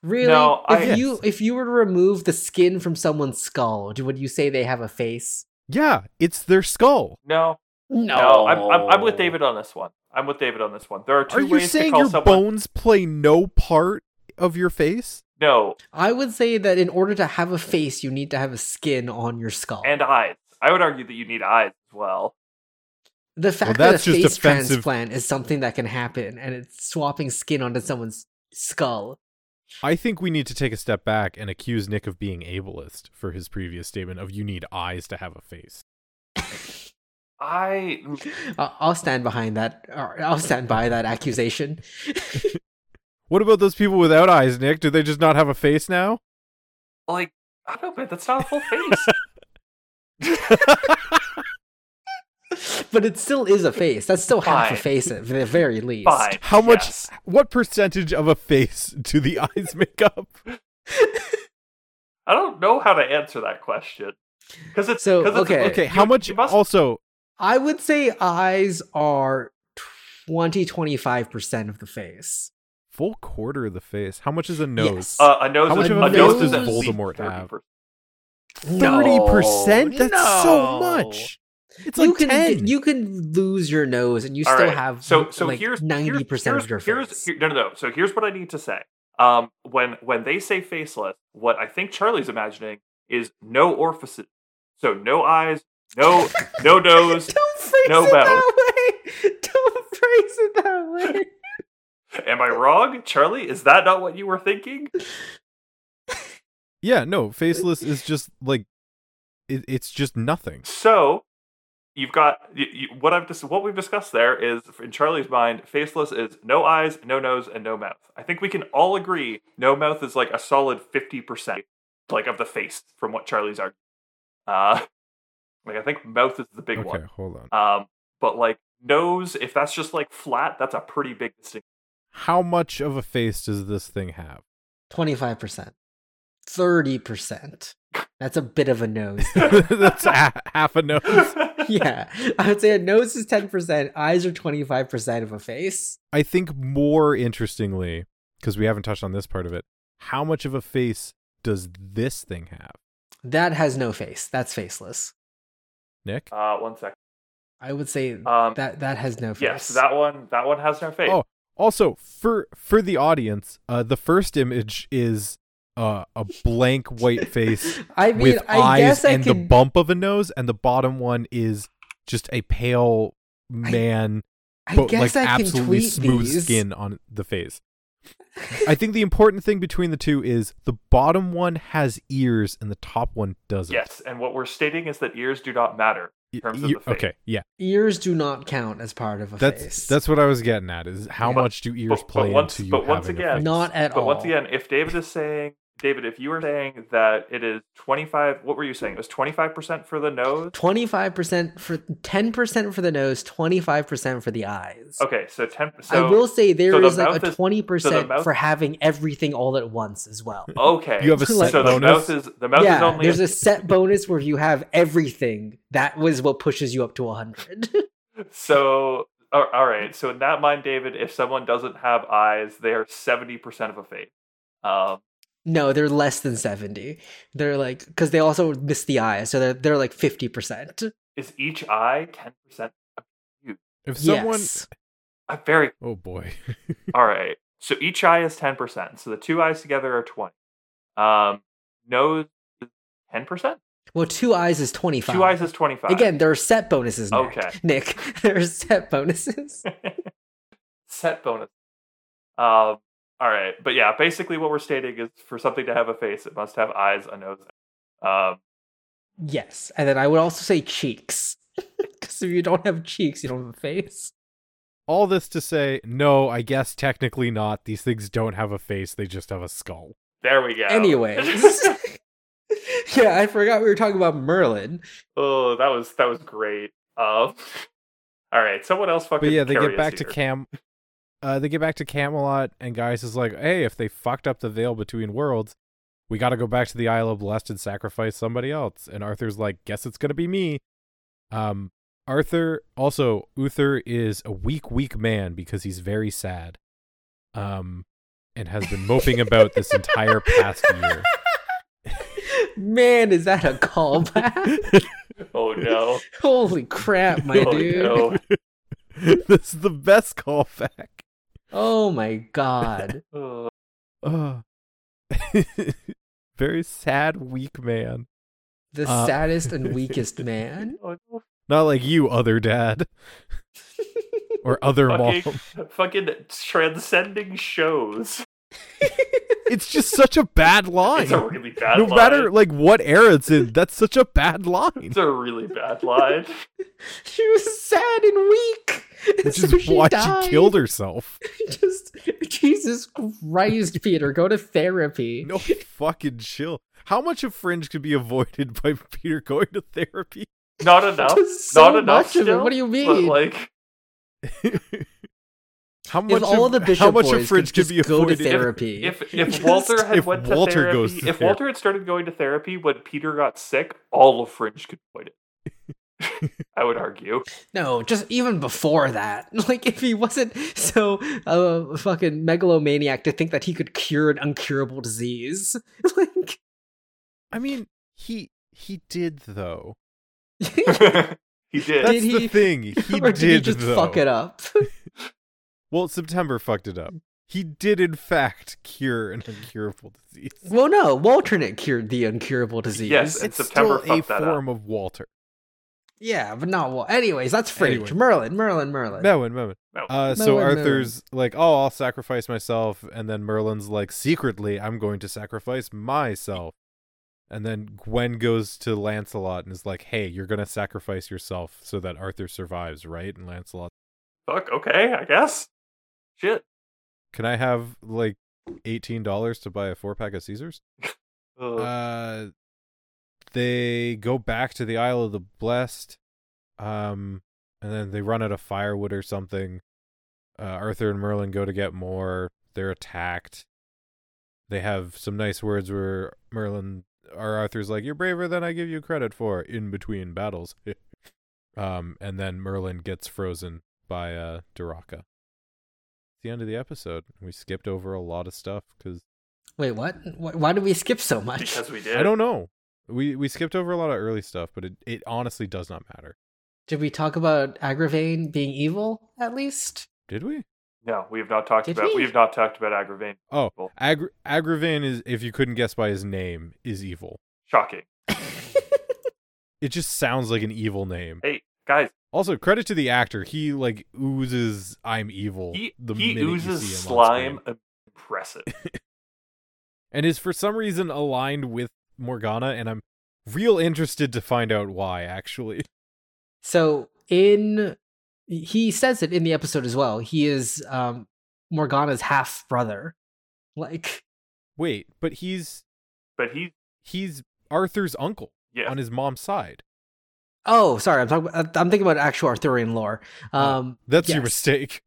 Speaker 3: really.
Speaker 1: No, I-
Speaker 3: if you if you were to remove the skin from someone's skull, do- would you say they have a face?
Speaker 2: Yeah, it's their skull.
Speaker 1: no. No, I'm, I'm, I'm with David on this one. I'm with David on this one. There are two
Speaker 2: Are you
Speaker 1: ways to
Speaker 2: saying
Speaker 1: call
Speaker 2: your
Speaker 1: someone.
Speaker 2: bones play no part of your face?
Speaker 1: No,
Speaker 3: I would say that in order to have a face, you need to have a skin on your skull.
Speaker 1: and eyes. I would argue that you need eyes as well.
Speaker 3: The fact
Speaker 2: that's
Speaker 3: that a
Speaker 2: just
Speaker 3: face
Speaker 2: offensive.
Speaker 3: transplant is something that can happen, and it's swapping skin onto someone's skull.
Speaker 2: I think we need to take a step back and accuse Nick of being ableist for his previous statement of you need eyes to have a face.
Speaker 1: I
Speaker 3: I- I'll stand behind that. Or I'll stand by that accusation.
Speaker 2: What about those people without eyes, Nick? Do they just not have a face now?
Speaker 1: like. I don't know, man. That's not a full face.
Speaker 3: But it still is a face. That's still half a
Speaker 1: Fine.
Speaker 3: face at the very least.
Speaker 1: Fine.
Speaker 2: How much
Speaker 1: yes.
Speaker 2: what percentage of a face do the eyes make up?
Speaker 1: I don't know how to answer that question because it's
Speaker 3: So,
Speaker 1: 'cause it's-
Speaker 3: okay.
Speaker 2: Okay, how
Speaker 1: you-
Speaker 2: much
Speaker 1: you must-
Speaker 2: also
Speaker 3: I would say eyes are 20 25% of the face.
Speaker 2: full quarter of the face. How much is a nose?
Speaker 3: Yes.
Speaker 1: Uh, a nose.
Speaker 2: How
Speaker 1: is-
Speaker 2: much
Speaker 1: a
Speaker 3: of a
Speaker 1: nose
Speaker 3: nose
Speaker 1: is at
Speaker 3: does
Speaker 1: least
Speaker 2: Voldemort have?
Speaker 1: 30%.
Speaker 2: Thirty percent? That's so
Speaker 3: No.
Speaker 2: much. It's
Speaker 3: you
Speaker 2: like
Speaker 3: can
Speaker 2: ten.
Speaker 3: you can lose your nose and you
Speaker 1: All
Speaker 3: still
Speaker 1: right.
Speaker 3: have
Speaker 1: so so
Speaker 3: like
Speaker 1: here's
Speaker 3: 90%
Speaker 1: here's,
Speaker 3: of your
Speaker 1: here's,
Speaker 3: face.
Speaker 1: here- no no no so here's what i need to say um when when they say faceless what i think charlie's imagining is no orifices so no eyes no no nose
Speaker 3: Don't phrase
Speaker 1: No
Speaker 3: it
Speaker 1: bow.
Speaker 3: that way. Don't phrase it that way.
Speaker 1: am i wrong charlie is that not what you were thinking
Speaker 2: yeah, no, faceless is just like it, it's just nothing.
Speaker 1: so you've got you, you, what i've dis- what we've discussed there is in charlie's mind faceless is no eyes no nose and no mouth i think we can all agree no mouth is like a solid 50% like of the face from what Charlie's arguing. Uh, like I think mouth is the big
Speaker 2: okay,
Speaker 1: one.
Speaker 2: hold on.
Speaker 1: Um, but like nose, if that's just like flat, that's a pretty big distinction.
Speaker 2: How much of a face does this thing have?
Speaker 3: 25%. 30%. That's a bit of a nose.
Speaker 2: That's a- half a nose.
Speaker 3: yeah. I would say a nose is 10%, eyes are 25% of a face.
Speaker 2: I think more interestingly, because we haven't touched on this part of it, how much of a face does this thing have?
Speaker 3: That has no face. That's faceless.
Speaker 2: Nick?
Speaker 1: Uh, one second.
Speaker 3: I would say
Speaker 1: Um,
Speaker 3: that that has no face.
Speaker 1: yes, that one. That one has no face.
Speaker 2: Oh, also for for the audience, uh, the first image is uh, a blank white face
Speaker 3: I mean,
Speaker 2: with
Speaker 3: I
Speaker 2: eyes
Speaker 3: guess I
Speaker 2: and the
Speaker 3: could
Speaker 2: bump of a nose, and the bottom one is just a pale
Speaker 3: I-
Speaker 2: man,
Speaker 3: I
Speaker 2: but like
Speaker 3: guess I can
Speaker 2: absolutely
Speaker 3: tweet
Speaker 2: smooth
Speaker 3: these.
Speaker 2: skin on the face. I think the important thing between the two is the bottom one has ears and the top one doesn't.
Speaker 1: Yes, and what we're stating is that ears do not matter.
Speaker 2: Y-
Speaker 1: terms of
Speaker 2: you-
Speaker 1: the face.
Speaker 2: Okay, yeah,
Speaker 3: Ears do not count as part of a
Speaker 2: that's
Speaker 3: face.
Speaker 2: that's what I was getting at. Is how
Speaker 1: Yeah.
Speaker 2: much do ears
Speaker 1: but- but
Speaker 2: play
Speaker 1: once-
Speaker 2: into you
Speaker 1: but once
Speaker 2: having a
Speaker 1: again-
Speaker 2: face?
Speaker 3: not at
Speaker 1: But
Speaker 3: all.
Speaker 1: once again, if David is saying, David, if you were saying that it is 25, what were you saying? It was 25% for the nose?
Speaker 3: 25% for 10% for the nose, 25% for the eyes.
Speaker 1: Okay, so 10. So,
Speaker 3: I will say there
Speaker 1: so the
Speaker 3: is like
Speaker 1: mouth
Speaker 3: a
Speaker 1: is-
Speaker 3: twenty
Speaker 1: so
Speaker 3: percent
Speaker 1: the mouth-
Speaker 3: for having everything all at once as well.
Speaker 1: Okay.
Speaker 2: You have a set
Speaker 3: Like-
Speaker 1: so the
Speaker 2: bonus.
Speaker 1: mouth is the mouth is
Speaker 3: yeah,
Speaker 1: only
Speaker 3: there's a set bonus where you have everything. That was what pushes you up to hundred.
Speaker 1: so all all right. So in that mind, David, if someone doesn't have eyes, they are seventy percent of a face. Um,
Speaker 3: no, they're less than seventy. They're like because they also miss the eye, so they're they're like fifty percent.
Speaker 1: is each eye ten percent?
Speaker 2: if someone,
Speaker 3: Yes,
Speaker 1: I'm very
Speaker 2: oh boy,
Speaker 1: all right. So each eye is ten percent. So the two eyes together are twenty. Um, nose ten percent.
Speaker 3: well, two eyes is twenty five.
Speaker 1: Two eyes is twenty five.
Speaker 3: Again, there are set bonuses. Nick.
Speaker 1: Okay.
Speaker 3: Nick, there are set bonuses.
Speaker 1: set bonus. Um, all right, but yeah, basically what we're stating is for something to have a face, it must have eyes, a nose. Um,
Speaker 3: Yes, and then I would also say cheeks because if you don't have cheeks, you don't have a face.
Speaker 2: all this to say, no, I guess technically not. These things don't have a face; they just have a skull.
Speaker 1: there we go.
Speaker 3: Anyways. yeah, I forgot we were talking about Merlin.
Speaker 1: oh, that was that was great. Um, all right, someone else fucking.
Speaker 2: But yeah, they
Speaker 1: carry
Speaker 2: get
Speaker 1: us
Speaker 2: back to
Speaker 1: here.
Speaker 2: Cam. Uh, they get back to Camelot, and guys is like, "Hey, if they fucked up the veil between worlds, we got to go back to the Isle of Blessed and sacrifice somebody else." And Arthur's like, "Guess it's gonna be me." Um, Arthur also Uther is a weak, weak man because he's very sad, um, and has been moping about this entire past year.
Speaker 3: Man, is that a callback?
Speaker 1: Oh no!
Speaker 3: Holy crap, my
Speaker 1: oh
Speaker 3: dude.
Speaker 1: no!
Speaker 2: this is the best callback.
Speaker 3: Oh my god.
Speaker 1: Oh,
Speaker 2: Ugh. Very sad, weak man.
Speaker 3: The
Speaker 2: Uh,
Speaker 3: saddest and weakest man.
Speaker 1: oh, no.
Speaker 2: Not like you, other dad. or other mom.
Speaker 1: Fucking, fucking transcending shows.
Speaker 2: It's just such a bad line.
Speaker 1: It's a really bad
Speaker 2: no
Speaker 1: line.
Speaker 2: matter like what era it's in, that's such a bad line.
Speaker 1: It's a really bad line.
Speaker 3: She was sad and weak. and
Speaker 2: Which
Speaker 3: so
Speaker 2: is why she
Speaker 3: died.
Speaker 2: killed herself.
Speaker 3: Just Jesus Christ, Peter, go to therapy.
Speaker 2: No fucking chill. How much of Fringe could be avoided by Peter going to therapy?
Speaker 1: Not enough.
Speaker 3: Just so
Speaker 1: Not enough.
Speaker 3: much of it.
Speaker 1: still,
Speaker 3: What do you
Speaker 1: but,
Speaker 3: mean?
Speaker 1: like,
Speaker 2: How much
Speaker 3: If all
Speaker 2: of,
Speaker 3: the Bishop
Speaker 2: how much
Speaker 3: boys
Speaker 2: of Fringe
Speaker 3: could just
Speaker 2: could be
Speaker 3: go to
Speaker 2: avoided if
Speaker 3: therapy.
Speaker 1: if if
Speaker 2: Just-
Speaker 1: Walter had
Speaker 2: if
Speaker 1: went to
Speaker 2: Walter
Speaker 1: therapy,
Speaker 2: goes to
Speaker 1: if Walter had started going to therapy when Peter got sick, all of Fringe could avoid it. I would argue.
Speaker 3: No, just even before that. Like, if he wasn't so uh, fucking megalomaniac to think that he could cure an uncurable disease. like,
Speaker 2: I mean, he he did though.
Speaker 1: he did.
Speaker 2: That's the
Speaker 3: he-
Speaker 2: thing. He
Speaker 3: or
Speaker 2: did,
Speaker 3: did he just
Speaker 2: though.
Speaker 3: fuck it up?
Speaker 2: Well, September fucked it up. He did in fact cure an incurable disease.
Speaker 3: well, no, Walternate cured the uncurable disease.
Speaker 1: Yes, and
Speaker 2: It's
Speaker 1: September
Speaker 2: still a
Speaker 1: fucked that up.
Speaker 2: form of Walter.
Speaker 3: Yeah, but not Wal. Anyways, that's Fringe.
Speaker 2: Anyway.
Speaker 3: Merlin, Merlin, Merlin.
Speaker 2: Merwin, Merwin.
Speaker 1: Merwin.
Speaker 2: Uh, so
Speaker 3: Merwin,
Speaker 2: Arthur's like, "Oh, I'll sacrifice myself," and then Merlin's like, "Secretly, I'm going to sacrifice myself." And then Gwen goes to Lancelot and is like, "Hey, you're gonna sacrifice yourself so that Arthur survives, right?" And Lancelot,
Speaker 1: Fuck. Okay, I guess. Shit.
Speaker 2: "Can I have like eighteen dollars to buy a four pack of Caesars?"
Speaker 1: Ugh.
Speaker 2: Uh, they go back to the Isle of the Blessed, um, and then they run out of firewood or something. Uh, Arthur and Merlin go to get more. They're attacked. They have some nice words where Merlin or Arthur's like, "You're braver than I give you credit for." In between battles, um, and then Merlin gets frozen by uh, Duraka. It's the end of the episode. We skipped over a lot of stuff because
Speaker 3: Wait, what? Wh- Why did we skip so much?
Speaker 1: because we did.
Speaker 2: I don't know. We we skipped over a lot of early stuff, but it, it honestly does not matter.
Speaker 3: Did we talk about Agravain being evil at least?
Speaker 2: Did we?
Speaker 1: No, we have not talked
Speaker 3: Did
Speaker 1: about.
Speaker 3: we?
Speaker 1: We have not talked about Agravain.
Speaker 2: Oh,
Speaker 1: Well-
Speaker 2: Agr- Agravain is if you couldn't guess by his name is evil.
Speaker 1: Shocking.
Speaker 2: It just sounds like an evil name.
Speaker 1: Hey guys,
Speaker 2: Also, credit to the actor. He like oozes "I'm evil."
Speaker 1: he
Speaker 2: the
Speaker 1: he
Speaker 2: minute you see
Speaker 1: oozes
Speaker 2: him on
Speaker 1: slime.
Speaker 2: screen.
Speaker 1: Impressive.
Speaker 2: and is for some reason aligned with Morgana, and I'm real interested to find out why. Actually,
Speaker 3: So in he says it in the episode as well. He is um Morgana's half brother. Like
Speaker 2: wait, but he's
Speaker 1: but he,
Speaker 2: he's Arthur's uncle
Speaker 1: yeah,
Speaker 2: on his mom's side.
Speaker 3: oh, sorry, I'm talking about, I'm thinking about actual Arthurian lore. Um
Speaker 2: That's your
Speaker 3: yes,
Speaker 2: mistake.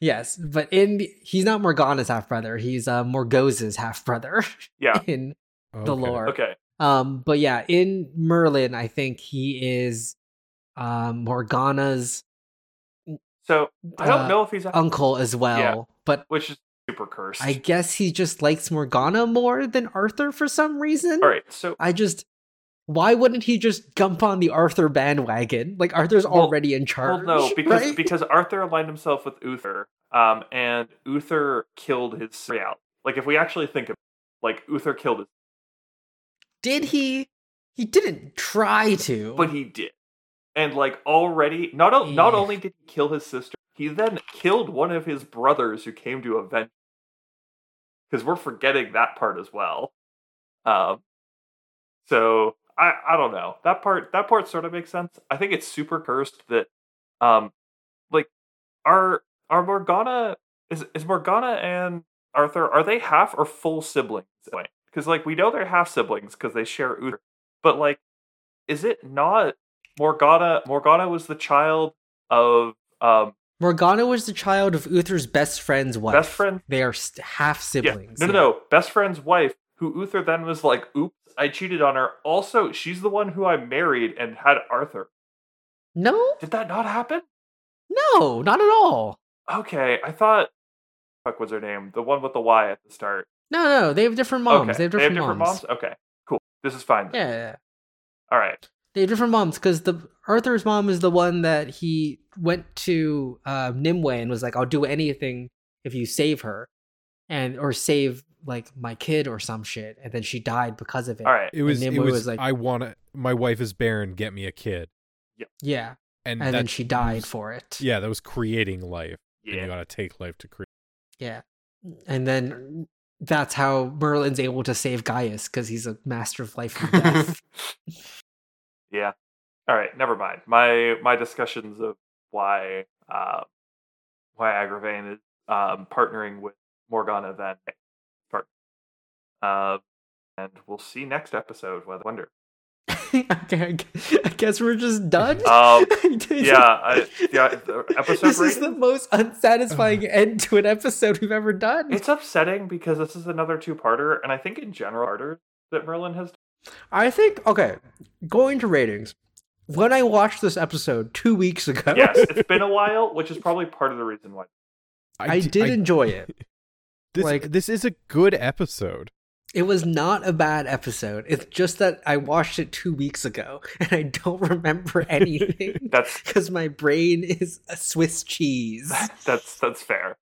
Speaker 3: Yes, but in the- he's not Morgana's half brother. He's uh Morgose's half brother
Speaker 1: yeah.
Speaker 3: in
Speaker 2: Okay.
Speaker 3: the lore.
Speaker 1: Okay,
Speaker 3: Um, but yeah, in Merlin, I think he is um, Morgana's
Speaker 1: so I don't
Speaker 3: Uh,
Speaker 1: know if he's a-
Speaker 3: uncle as well.
Speaker 1: Yeah.
Speaker 3: But
Speaker 1: which is super cursed.
Speaker 3: I guess he just likes Morgana more than Arthur for some reason.
Speaker 1: All right, so
Speaker 3: I just, why wouldn't he just jump on the Arthur bandwagon? Like Arthur's
Speaker 1: Well-
Speaker 3: already in
Speaker 1: well,
Speaker 3: charge.
Speaker 1: no, because
Speaker 3: right?
Speaker 1: because Arthur aligned himself with Uther, um, and Uther killed his reality. Like if we actually think of, it, like Uther killed his,
Speaker 3: did he? He didn't try to.
Speaker 1: but he did, and like already, not o- not
Speaker 3: Yeah.
Speaker 1: only did he kill his sister, he then killed one of his brothers who came to avenge. Because we're forgetting that part as well. Um, so I I don't know that part. That part sort of makes sense. I think it's super cursed that, um, like are are Morgana is is Morgana and Arthur are they half or full siblings? Because like we know they're half siblings because they share Uther, but like is it not Morgana? Morgana was the child of um
Speaker 3: Morgana was the child of Uther's best friend's wife.
Speaker 1: best friend.
Speaker 3: They are st- half
Speaker 1: Yeah,
Speaker 3: siblings.
Speaker 1: no, no, no, best friend's wife. Who Uther then was like, "Oops, I cheated on her." Also, she's the one who I married and had Arthur.
Speaker 3: No,
Speaker 1: Did that not happen?
Speaker 3: no, not at all.
Speaker 1: Okay, I thought. Fuck, was her name? The one with the Y at the start.
Speaker 3: No, no, they have different moms.
Speaker 1: Okay.
Speaker 3: They have different, moms.
Speaker 1: Okay, cool. This is fine. then.
Speaker 3: Yeah, yeah,
Speaker 1: All right.
Speaker 3: they have different moms because the Arthur's mom is the one that he went to uh, Nimue and was like, "I'll do anything if you save her, and or save like my kid or some shit." And then she died because of it.
Speaker 1: All right.
Speaker 2: It was.
Speaker 3: And
Speaker 2: It
Speaker 3: Nimue
Speaker 2: was,
Speaker 3: was like-
Speaker 2: I want to. My wife is barren. Get me a kid.
Speaker 3: Yeah,
Speaker 2: And,
Speaker 3: and
Speaker 2: that,
Speaker 3: then she died for it.
Speaker 2: yeah, that was creating life. And you
Speaker 1: Yeah.
Speaker 2: gotta take life to create.
Speaker 3: Yeah. and then that's how Merlin's able to save Gaius because he's a master of life and death.
Speaker 1: Yeah. All right. Never mind. My my discussions of why uh, why Agravain is um, partnering with Morgana then part. Uh, and we'll see next episode. Whether wonder.
Speaker 3: okay, I gu- I guess we're just done.
Speaker 1: Um,
Speaker 3: yeah,
Speaker 1: yeah. I, yeah. The episode.
Speaker 3: this is the
Speaker 1: rating-
Speaker 3: most unsatisfying end to an episode we've ever done.
Speaker 1: it's upsetting because this is another two-parter, and I think in general harder that Merlin has.
Speaker 3: I think okay, going to ratings. When I watched this episode two weeks ago,
Speaker 1: Yes, it's been a while, which is probably part of the reason why.
Speaker 3: I, did enjoy it.
Speaker 2: this,
Speaker 3: like-
Speaker 2: this is a good episode.
Speaker 3: It was not a bad episode. It's just that I watched it two weeks ago and I don't remember anything
Speaker 1: That's
Speaker 3: because my brain is a Swiss cheese.
Speaker 1: that's that's fair.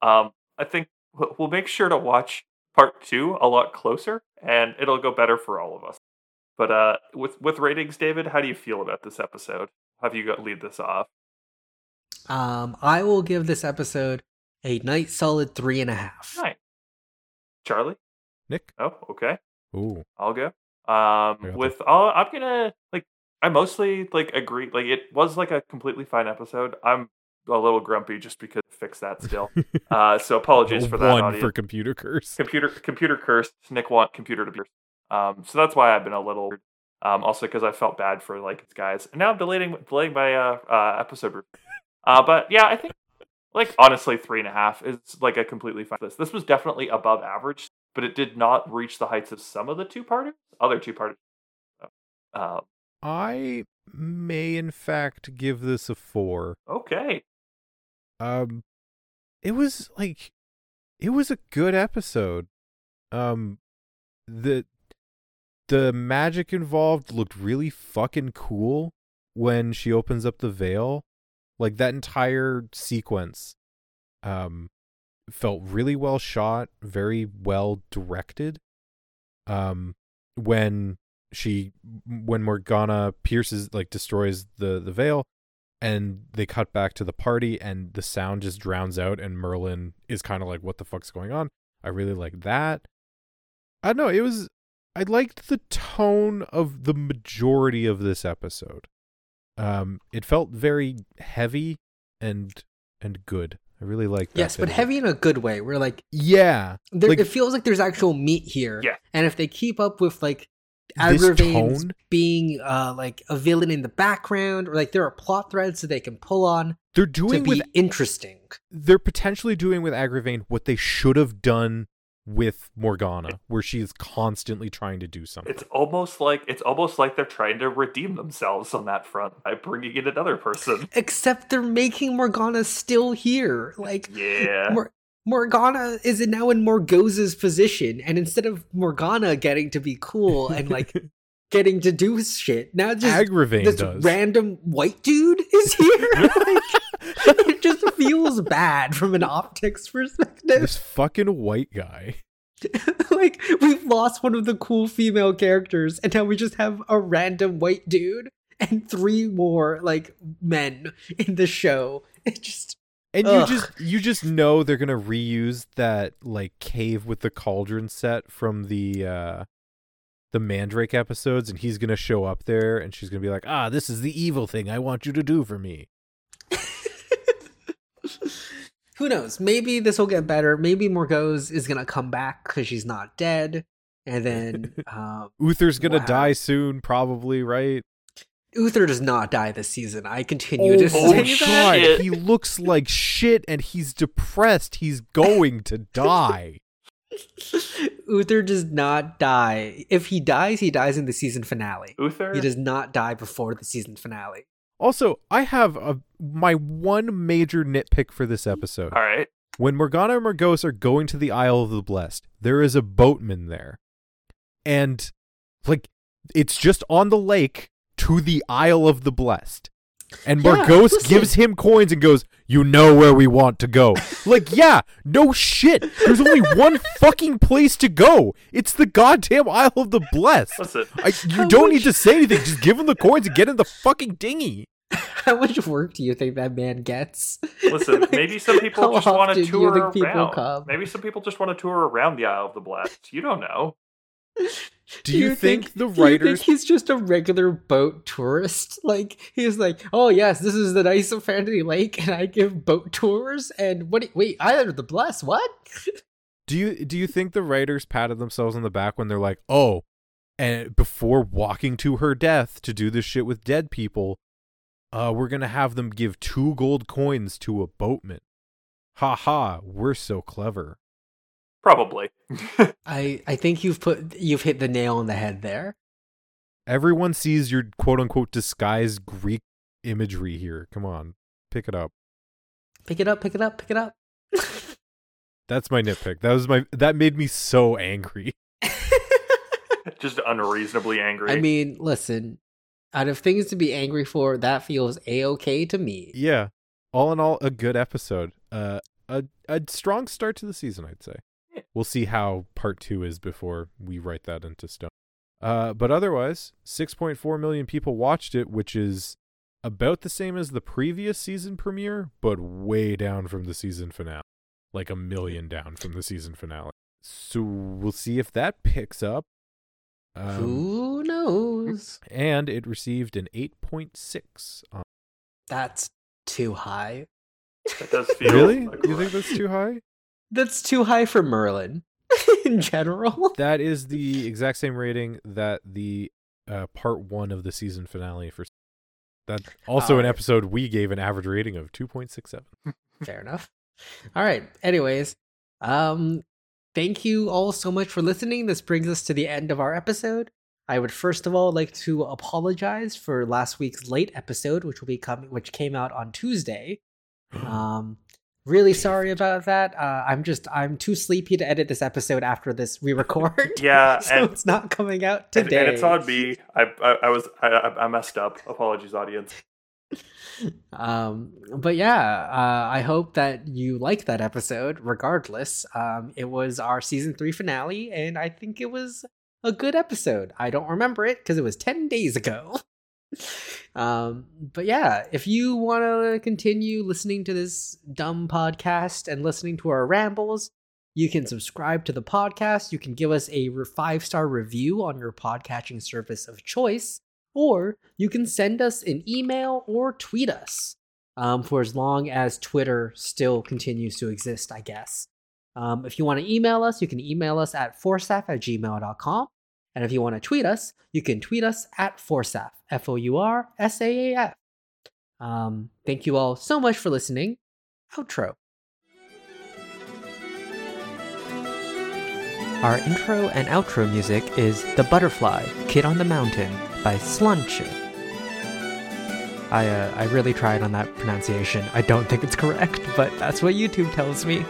Speaker 1: Um, I think we'll we'll make sure to watch part two a lot closer, and it'll go better for all of us. But uh, with with ratings, David, how do you feel about this episode? Have you got lead this off?
Speaker 3: Um, I will give this episode a nice solid three and a half.
Speaker 1: Nice, Charlie.
Speaker 2: Nick.
Speaker 1: Oh, okay.
Speaker 2: Ooh.
Speaker 1: I'll go.
Speaker 2: I got
Speaker 1: Um, with all, I'm gonna like. I mostly like agree. Like it was like a completely fine episode. I'm a little grumpy just because fix that still. uh, so apologies for that.
Speaker 2: One
Speaker 1: audience.
Speaker 2: for computer curse.
Speaker 1: computer computer cursed. Nick want computer to be. cursed. Um, so that's why I've been a little um, also because I felt bad for like its guys. And now I'm delaying delaying my uh, uh, episode. review. Uh, but yeah, I think like honestly, three and a half is like a completely fine list. This was definitely above average, but it did not reach the heights of some of the two parters, other two parters. Uh,
Speaker 2: I may in fact give this a four.
Speaker 1: okay,
Speaker 2: Um, it was like, it was a good episode. Um, the the magic involved looked really fucking cool when she opens up the veil. Like that entire sequence, um, felt really well shot, very well directed. Um, when she when Morgana pierces like destroys the the veil and they cut back to the party and the sound just drowns out and Merlin is kind of like what the fuck's going on? I really like that. I don't know, it was I liked the tone of the majority of this episode. Um it felt very heavy and and good. I really liked that.
Speaker 3: Yes, but
Speaker 2: bit of it.
Speaker 3: heavy in a good way. We're like
Speaker 2: Yeah.
Speaker 3: there,
Speaker 2: Like-
Speaker 3: it feels like there's actual meat here.
Speaker 1: Yeah.
Speaker 3: And if they keep up with like
Speaker 2: This
Speaker 3: Agravain's
Speaker 2: tone?
Speaker 3: being uh like a villain in the background, or like there are plot threads that they can pull on
Speaker 2: They're
Speaker 3: to
Speaker 2: doing
Speaker 3: be
Speaker 2: with
Speaker 3: interesting.
Speaker 2: they're potentially doing with Agravain what they should have done with Morgana, where she is constantly trying to do something.
Speaker 1: it's almost like it's almost like they're trying to redeem themselves on that front by bringing in another person.
Speaker 3: Except they're making Morgana still here. Like
Speaker 1: Yeah,
Speaker 3: Mor- Morgana is now in Morgoza's position, and instead of Morgana getting to be cool and like getting to do shit, now just
Speaker 2: Agravain
Speaker 3: this
Speaker 2: does.
Speaker 3: random white dude is here. Like, it just feels bad from an optics perspective.
Speaker 2: this fucking white guy.
Speaker 3: like we've lost one of the cool female characters, and now we just have a random white dude and three more like men in the show. It just
Speaker 2: And
Speaker 3: Ugh.
Speaker 2: you just you just know they're gonna reuse that like cave with the cauldron set from the uh the Mandrake episodes, and he's gonna show up there and she's gonna be like, Ah, this is the evil thing I want you to do for me.
Speaker 3: Who knows? Maybe this will get better. Maybe Morgose is gonna come back because she's not dead, and then um,
Speaker 2: Uther's gonna
Speaker 3: Wow.
Speaker 2: die soon, probably, right?
Speaker 3: Uther does not die this season. I continue to
Speaker 1: oh,
Speaker 3: say that.
Speaker 1: shit.
Speaker 2: He looks like shit and he's depressed. He's going to die.
Speaker 3: Uther does not die. If he dies, he dies in the season finale.
Speaker 1: Uther.
Speaker 3: He does not die before the season finale.
Speaker 2: Also, I have a my one major nitpick for this episode.
Speaker 1: All right.
Speaker 2: When Morgana and Morgos are going to the Isle of the Blessed, there is a boatman there. And like it's just on the lake to the Isle of the Blessed. And
Speaker 3: Yeah,
Speaker 2: Morgos
Speaker 3: listen.
Speaker 2: gives him coins and goes, "You know where we want to go." like, yeah, no shit. There's only one fucking place to go. It's the goddamn Isle of the Blessed.
Speaker 1: Listen,
Speaker 2: I, you
Speaker 3: How
Speaker 2: don't
Speaker 3: much-
Speaker 2: need to say anything. Just give him the coins and get in the fucking dinghy.
Speaker 3: How much work do you think that man gets?
Speaker 1: listen.
Speaker 3: Like,
Speaker 1: Maybe some people
Speaker 3: how
Speaker 1: just want
Speaker 3: often
Speaker 1: to
Speaker 3: do you
Speaker 1: tour
Speaker 3: think people
Speaker 1: around.
Speaker 3: come?
Speaker 1: Maybe some people just want to tour around the Isle of the Blessed. You don't know.
Speaker 2: Do you, think, the
Speaker 3: do you think
Speaker 2: writers?
Speaker 3: he's just a regular boat tourist? Like he's like, oh yes, this is the nice Fantasy Lake, and I give boat tours. And what? do- Wait, I am the bless. What?
Speaker 2: Do you do you think the writers patted themselves on the back when they're like, "Oh, and before walking to her death to do this shit with dead people, uh, we're gonna have them give two gold coins to a boatman." Ha ha! We're so clever.
Speaker 1: Probably.
Speaker 3: I I think you've put you've hit the nail on the head there.
Speaker 2: Everyone sees your quote unquote disguised Greek imagery here. Come on, pick it up.
Speaker 3: Pick it up, pick it up, pick it up.
Speaker 2: That's my nitpick. That was my that made me so angry.
Speaker 1: just unreasonably angry.
Speaker 3: I mean, listen, out of things to be angry for, that feels a okay to me.
Speaker 2: Yeah. All in all, a good episode. Uh, a a strong start to the season, I'd say.
Speaker 1: Yeah.
Speaker 2: We'll see how part two is before we write that into stone. Uh, but otherwise, 6.4 million people watched it, which is about the same as the previous season premiere, but way down from the season finale. Like a million down from the season finale. So we'll see if that picks up. Um,
Speaker 3: Who knows?
Speaker 2: and it received an 8.6 on
Speaker 3: That's too high.
Speaker 1: that does feel
Speaker 2: Really?
Speaker 1: like
Speaker 2: You think that's too high?
Speaker 3: That's too high for Merlin. in general.
Speaker 2: That is the exact same rating that the uh, part one of the season finale for that also an
Speaker 3: Oh.
Speaker 2: episode we gave an average rating of two point six seven.
Speaker 3: Fair enough. All right. Anyways, um, thank you all so much for listening. This brings us to the end of our episode. I would first of all like to apologize for last week's late episode, which will be coming, which came out on Tuesday. Um, really sorry about that. Uh, I'm just I'm too sleepy to edit this episode after this re-record.
Speaker 1: Yeah,
Speaker 3: so
Speaker 1: and-
Speaker 3: it's not coming out
Speaker 1: And,
Speaker 3: today.
Speaker 1: and it's on me. I I, I was I, I I messed up. Apologies, audience.
Speaker 3: um but yeah uh i hope that you like that episode regardless um it was our season three finale and i think it was a good episode i don't remember it because it was 10 days ago um but yeah if you want to continue listening to this dumb podcast and listening to our rambles you can subscribe to the podcast you can give us a five star review on your podcatching service of choice or you can send us an email or tweet us um, for as long as Twitter still continues to exist, I guess. Um, if you want to email us, you can email us at forsaf at gmail.com. And if you want to tweet us, you can tweet us at forsaf, F O U R S A A F. Um, thank you all so much for listening. Outro. Our intro and outro music is The Butterfly, Kid on the Mountain by Slanche. I, uh, I really tried on that pronunciation. I don't think it's correct, but that's what YouTube tells me.